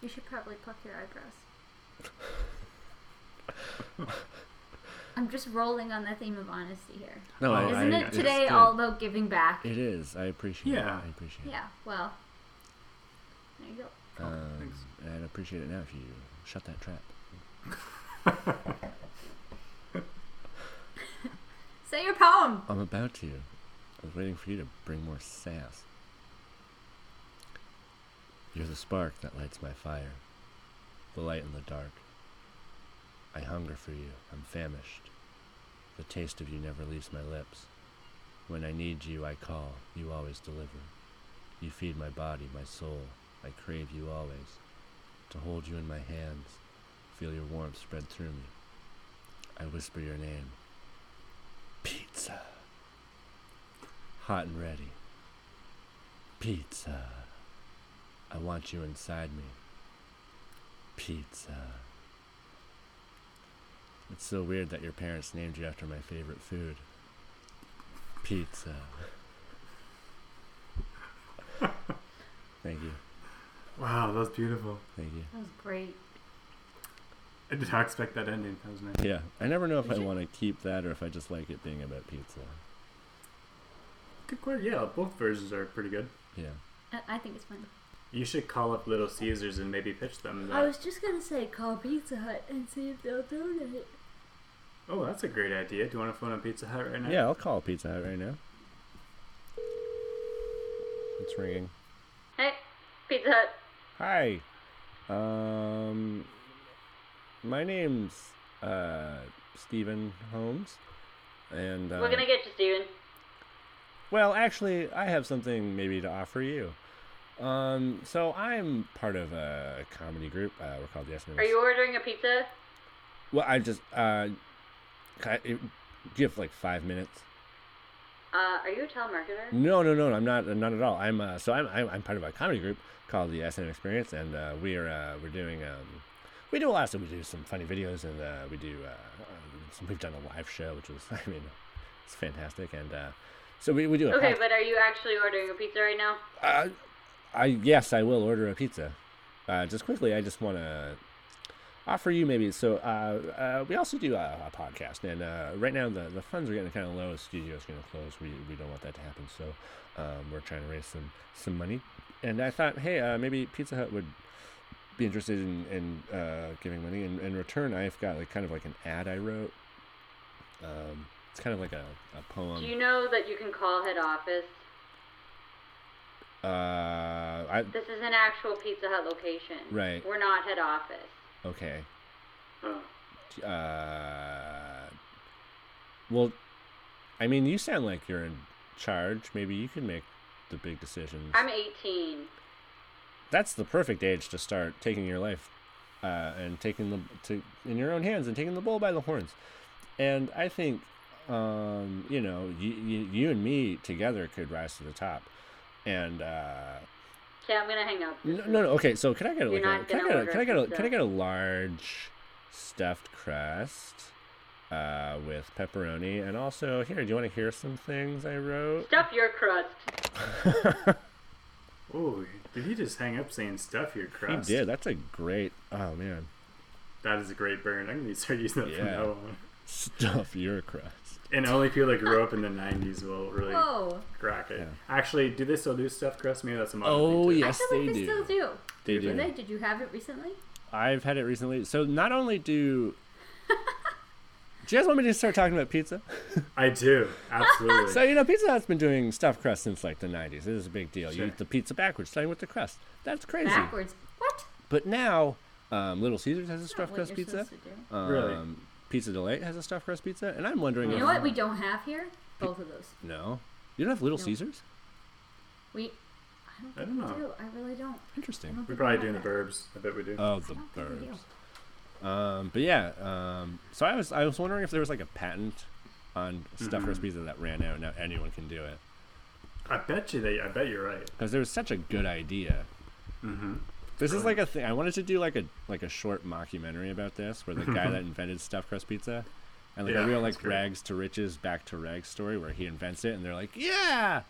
S2: You should probably pluck your eyebrows. I'm just rolling on the theme of honesty here.
S3: No,
S4: Oh,
S3: I,
S4: Isn't
S2: Isn't
S3: I-
S2: it
S3: it's
S2: today
S3: good.
S2: all about giving back?
S3: It is. I appreciate.
S4: Yeah.
S3: it. I appreciate.
S2: Yeah, well. There you go.
S3: It. Um, and I'd appreciate it now if you shut that trap.
S2: Say your poem!
S3: I'm about to. I was waiting for you to bring more sass. You're the spark that lights my fire, the light in the dark. I hunger for you, I'm famished. The taste of you never leaves my lips. When I need you, I call, you always deliver. You feed my body, my soul, I crave you always. To hold you in my hands, feel your warmth spread through me. I whisper your name, Pizza. Hot and ready. Pizza. I want you inside me. Pizza. It's so weird that your parents named you after my favorite food. Pizza. Thank you.
S4: Wow, that was beautiful.
S3: Thank you.
S2: That was great.
S4: I did not expect that ending. That was nice.
S3: Yeah, I never know if I want to keep that or if I just like it being about pizza.
S4: Good question. Yeah, both versions are pretty good.
S3: Yeah.
S2: I- I think it's fun.
S4: You should call up Little Caesars and maybe pitch them.
S2: I
S4: That.
S2: was just gonna say call Pizza Hut and see if they'll donate. it.
S4: Oh, that's a great idea. Do you want to phone a Pizza Hut right now?
S3: Yeah, I'll call Pizza Hut right now. It's ringing.
S8: Hey, Pizza Hut.
S3: Hi. Um, my name's uh Stephen Holmes, and uh,
S8: We're gonna get you, Steven.
S3: Well, actually, I have something maybe to offer you. Um, so I'm part of a comedy group. Uh, we're called the Yes Men.
S8: Are you ordering a pizza?
S3: Well, I just uh, can I- it- do you have like five minutes?
S8: Uh, are you a telemarketer?
S3: No, no, no, I'm not. Not at all. I'm uh, so I'm, I'm I'm part of a comedy group called the SN Experience, and uh, we're uh, we're doing um, we do a lot. So we do some funny videos, and uh, we do uh, uh, some, we've done a live show, which was I mean, it's fantastic, and uh, so we, we do a
S8: Okay,
S3: pod-
S8: but are you actually ordering a pizza right now?
S3: uh, I yes, I will order a pizza. Uh, just quickly, I just want to offer you maybe. So uh, uh, we also do a, a podcast, and uh, right now the, the funds are getting kind of low. The studio's going to close. We, we don't want that to happen, so um, we're trying to raise some some money. And I thought, hey, uh, maybe Pizza Hut would be interested in, in uh, giving money. And in return, I've got like kind of like an ad I wrote. Um, it's kind of like a, a poem.
S8: Do you know that you can call head office?
S3: uh, I,
S8: This is an actual Pizza Hut location.
S3: Right.
S8: We're not head office.
S3: Okay. Uh, well, I mean, you sound like you're in charge. Maybe you can make the big decisions.
S8: I'm 18.
S3: That's the perfect age to start taking your life uh, and taking the to in your own hands and taking the bull by the horns. And I think, um, you know, you, you, you and me together could rise to the top. And uh,
S8: Okay, I'm gonna hang up.
S3: no, no, no. Okay, so can I get
S8: You're
S3: like a
S8: not
S3: can I
S8: gonna
S3: get a
S8: order
S3: can I get a
S8: pizza.
S3: can I get a large stuffed crust uh, with pepperoni and also here? Do you want to hear some things I wrote?
S8: Stuff your crust.
S4: Oh, did he just hang up saying stuff here,
S3: He
S4: crust?
S3: did. That's a great. Oh man,
S4: That is a great burn. I'm gonna start using that from
S3: Yeah.
S4: now on.
S3: stuff your crust.
S4: And only people that grew up in the '90s will really
S2: Whoa.
S4: crack it. Actually, do they still do stuff crust? Maybe that's a modern
S3: Oh
S4: thing too.
S3: yes,
S2: I feel
S3: they
S2: like they, still
S3: do.
S2: do.
S3: They
S2: Did
S3: do.
S2: they? Did you have it recently?
S3: I've had it recently. So not only do. Do you guys want me to start talking about pizza?
S4: I do absolutely.
S3: So you know, Pizza Hut's been doing stuffed crust since like the '90s. It is a big deal. You eat the pizza backwards, starting with the crust. That's crazy.
S2: Backwards. What?
S3: But now, um, Little Caesars has a stuffed
S2: what
S3: crust
S2: you're
S3: pizza.
S2: supposed to
S3: Um,
S4: Really?
S3: Pizza Delight has a stuffed crust pizza, and I'm wondering
S2: You
S3: if
S2: know what we don't have here? Both of those.
S3: no, you don't have Little
S2: No.
S3: Caesars.
S2: We.
S4: I don't
S2: I
S4: know.
S2: do. I really don't.
S3: Interesting.
S4: We're probably doing the burbs. I bet we do.
S3: Oh,
S2: I don't
S3: the
S2: think we do.
S3: birds. Um, but yeah, um, so I was I was wondering if there was like a patent on stuffed crust pizza that ran out. Now anyone can do it
S4: I bet you they. I bet you're right.
S3: because there was such a good idea.
S4: Mm-hmm.
S3: This is like a thing. I wanted to do like a like a short mockumentary about this, where the guy that invented stuffed crust pizza, and like
S4: Yeah,
S3: a real
S4: that's
S3: like
S4: great.
S3: rags to riches, back to rags story, where he invents it, and they're like, yeah,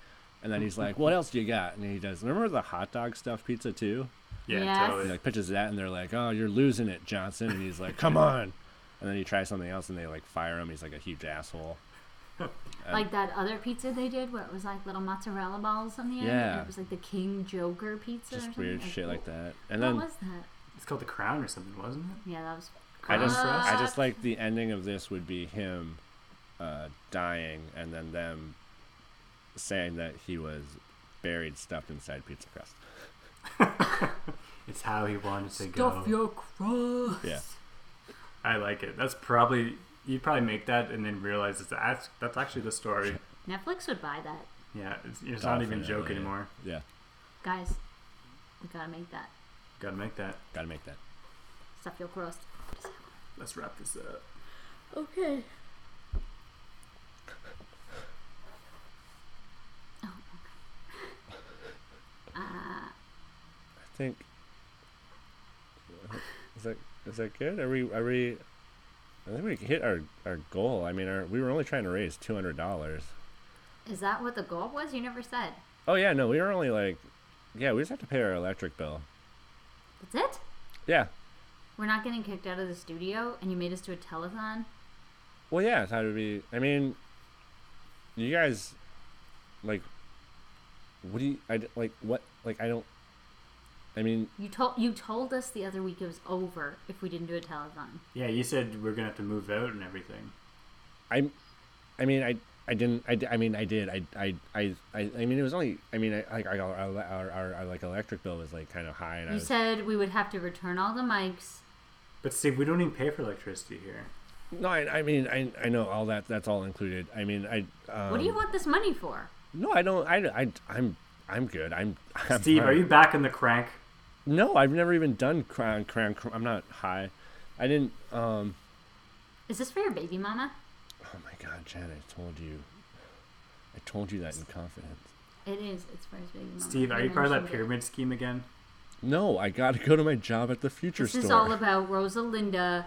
S3: and then he's like, what else do you got? And he does. Remember the hot dog stuffed pizza too?
S4: Yeah,
S2: Yes.
S4: totally.
S3: He like pitches that, and they're like, oh, you're losing it, Johnson. And he's like, come on. And then he tries something else, and they like fire him. He's like a huge asshole.
S2: like that other pizza they did where it was like little mozzarella balls on the end. And
S3: Yeah.
S2: it was like the King Joker pizza. or
S3: Just
S2: something.
S3: weird shit like that. And
S2: What
S3: then
S2: was that?
S4: It's called the crown or something, wasn't it?
S2: Yeah, that was.
S3: I just,
S4: Crust?
S3: I just like the ending of this would be him uh, dying, and then them saying that he was buried stuffed inside pizza crust.
S4: It's how he wanted to go.
S2: your crust.
S3: Yeah,
S4: I like it. That's probably you'd probably make that and then realize it's that's that's actually the story.
S2: Netflix would buy that,
S4: Yeah, it's, it's not even a joke
S3: Definitely.
S4: anymore.
S3: yeah.
S2: guys. We gotta make that
S4: Gotta make that.
S3: Gotta make that.
S2: stuff your crust.
S4: Let's wrap this up.
S2: Okay.
S3: I think. Is that is that good? Are we are we? I think we hit our our goal. I mean, our, we were only trying to raise two hundred dollars.
S2: Is that what the goal was? You never said.
S3: Oh yeah, no, we were only like Yeah, we just have to pay our electric bill.
S2: That's it?
S3: Yeah.
S2: We're not getting kicked out of the studio, and you made us do a telethon?
S3: Well, yeah, I thought it would be. I mean, you guys, like, what do you? I d- like what? Like, I don't. I mean,
S2: You told you told us the other week it was over if we didn't do a telethon.
S4: Yeah, you said we're gonna have to move out and everything.
S3: I, I mean, I, I didn't. I, di- I mean, I did. I, I, I, I, I mean, it was only. I mean, I like our, our, our, our, our like electric bill was like kind of high, and I
S2: You
S3: was.
S2: said we would have to return all the mics.
S4: But Steve, we don't even pay for electricity here.
S3: no, I, I mean, I, I know all that. That's all included. I mean, I. Um,
S2: what do you want this money for?
S3: No, I don't. I, I, I'm, I'm good. I'm. I'm
S4: Steve,
S3: fine.
S4: are you back in the crank?
S3: No, I've never even done crown, crown. crown I'm not high. I didn't. Um.
S2: Is this for your baby mama?
S3: Oh my God, Jen! I told you. I told you that in confidence.
S2: It is. It's for his baby mama.
S4: Steve, are you part of that
S2: mentioned it.
S4: pyramid scheme again?
S3: No, I got to go to my job at the future
S2: This
S3: store.
S2: is all about Rosalinda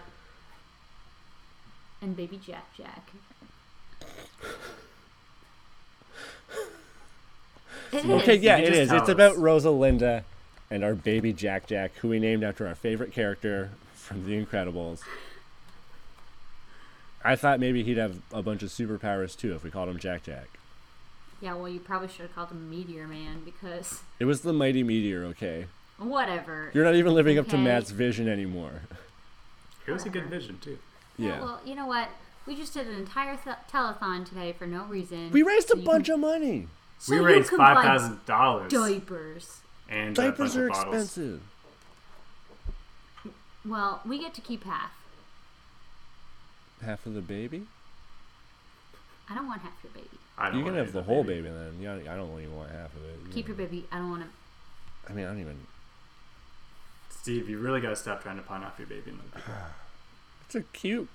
S2: and baby Jack Jack. It is.
S3: okay, yeah,
S4: You
S3: it
S4: just
S3: is.
S4: tell
S3: It's
S4: us.
S3: about Rosalinda and our baby Jack Jack, who we named after our favorite character from The Incredibles. I thought maybe he'd have a bunch of superpowers too if we called him Jack Jack.
S2: Yeah, well, you probably should have called him Meteor Man because
S3: It was the mighty meteor, okay?
S2: whatever.
S3: You're not even living up to
S2: Okay. Oh,
S3: Matt's vision anymore.
S4: It was a good vision too.
S3: Yeah.
S2: Well, you know what? We just did an entire th- telethon today for no reason.
S3: we raised a
S2: So you
S3: bunch
S2: can-
S3: of money.
S2: so
S4: we
S2: you
S4: raised
S2: can buy
S4: five thousand dollars.
S2: diapers.
S4: And a bunch
S3: Diapers
S4: of
S3: are
S4: bottles.
S3: expensive.
S2: Well, we get to keep half.
S3: Half of the baby?
S2: I don't want half your baby.
S4: I
S3: You
S4: don't
S3: can
S4: wanna
S3: have
S4: do
S3: the
S4: that,
S3: whole baby then. Yeah, I don't even want half of it.
S2: Keep your baby. I don't want to.
S3: I mean, I don't even.
S4: Steve, you really gotta stop trying to pawn off your baby. and other people.
S3: It's a cute.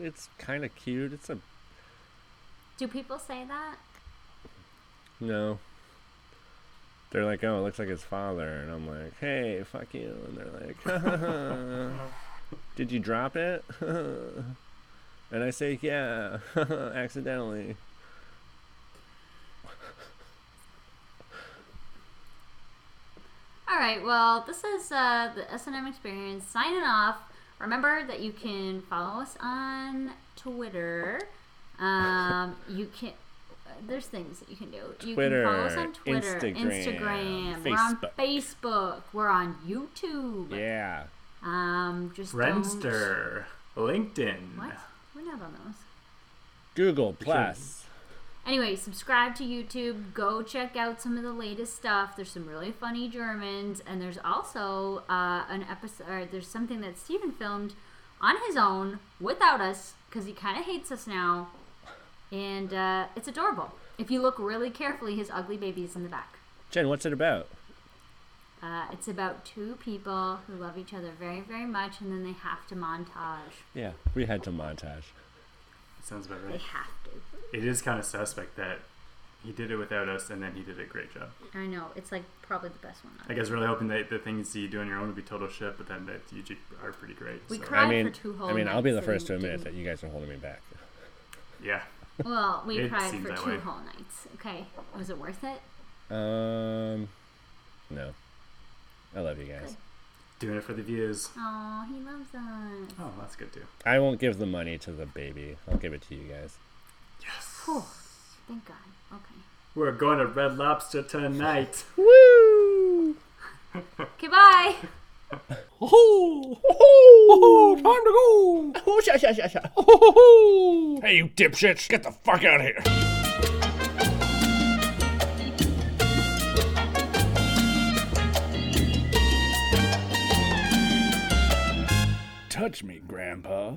S3: It's kind of cute. It's a
S2: Do people say that?
S3: No. They're like, oh, it looks like his father. And I'm like, hey, fuck you. And they're like, did you drop it? and I say, yeah, accidentally.
S2: All right. Well, this is uh, the S and M experience signing off. Remember that you can follow us on Twitter. Um, you can. There's things that you can do. You
S3: Twitter,
S2: can follow us on Twitter,
S3: Instagram,
S2: Instagram. We're on
S3: Facebook.
S2: Facebook. We're on YouTube.
S3: Yeah.
S2: Um, just Don't...
S4: Friendster, LinkedIn.
S2: What? We're not on those.
S3: Google Plus.
S2: Anyway, subscribe to YouTube. Go check out some of the latest stuff. There's some really funny Germans, and there's also uh, an episode. Or there's something that Steven filmed on his own without us because he kind of hates us now, and uh, it's adorable. If you look really carefully, his ugly baby is in the back.
S3: Jen, what's it about?
S2: Uh, it's about two people who love each other very, very much, and then they have to montage.
S3: Yeah, we had to montage.
S4: Sounds about
S2: They
S4: right.
S2: have to.
S4: It is kind of suspect that he did it without us, and then he did a great job.
S2: I know it's like probably the best one.
S4: I guess really hoping that the things you do on your own would be total shit, but then that you ju- are pretty great.
S2: We
S4: so,
S2: cried
S3: I mean,
S2: for two whole
S3: I mean, I'll be the
S2: nights and
S3: first to admit
S2: didn't-
S3: that you guys are holding me back.
S4: yeah,
S2: Well, we
S4: It
S2: cried
S4: seemed
S2: for
S4: that
S2: two
S4: way.
S2: whole nights. Okay, was it worth it?
S3: Um, no. I love you guys.
S4: doing it for the views.
S2: Oh, he loves us.
S4: Oh, that's good too.
S3: I won't give the money to the baby. I'll give it to you guys.
S2: Whew. Thank God. Okay.
S4: We're going to Red Lobster tonight.
S3: Woo!
S2: Okay, bye.
S11: Oh, oh, time to go.
S3: Oh, sha, sha, sha, sha.
S11: Hey, you dipshits, get the fuck out of here.
S5: Touch me, Grandpa.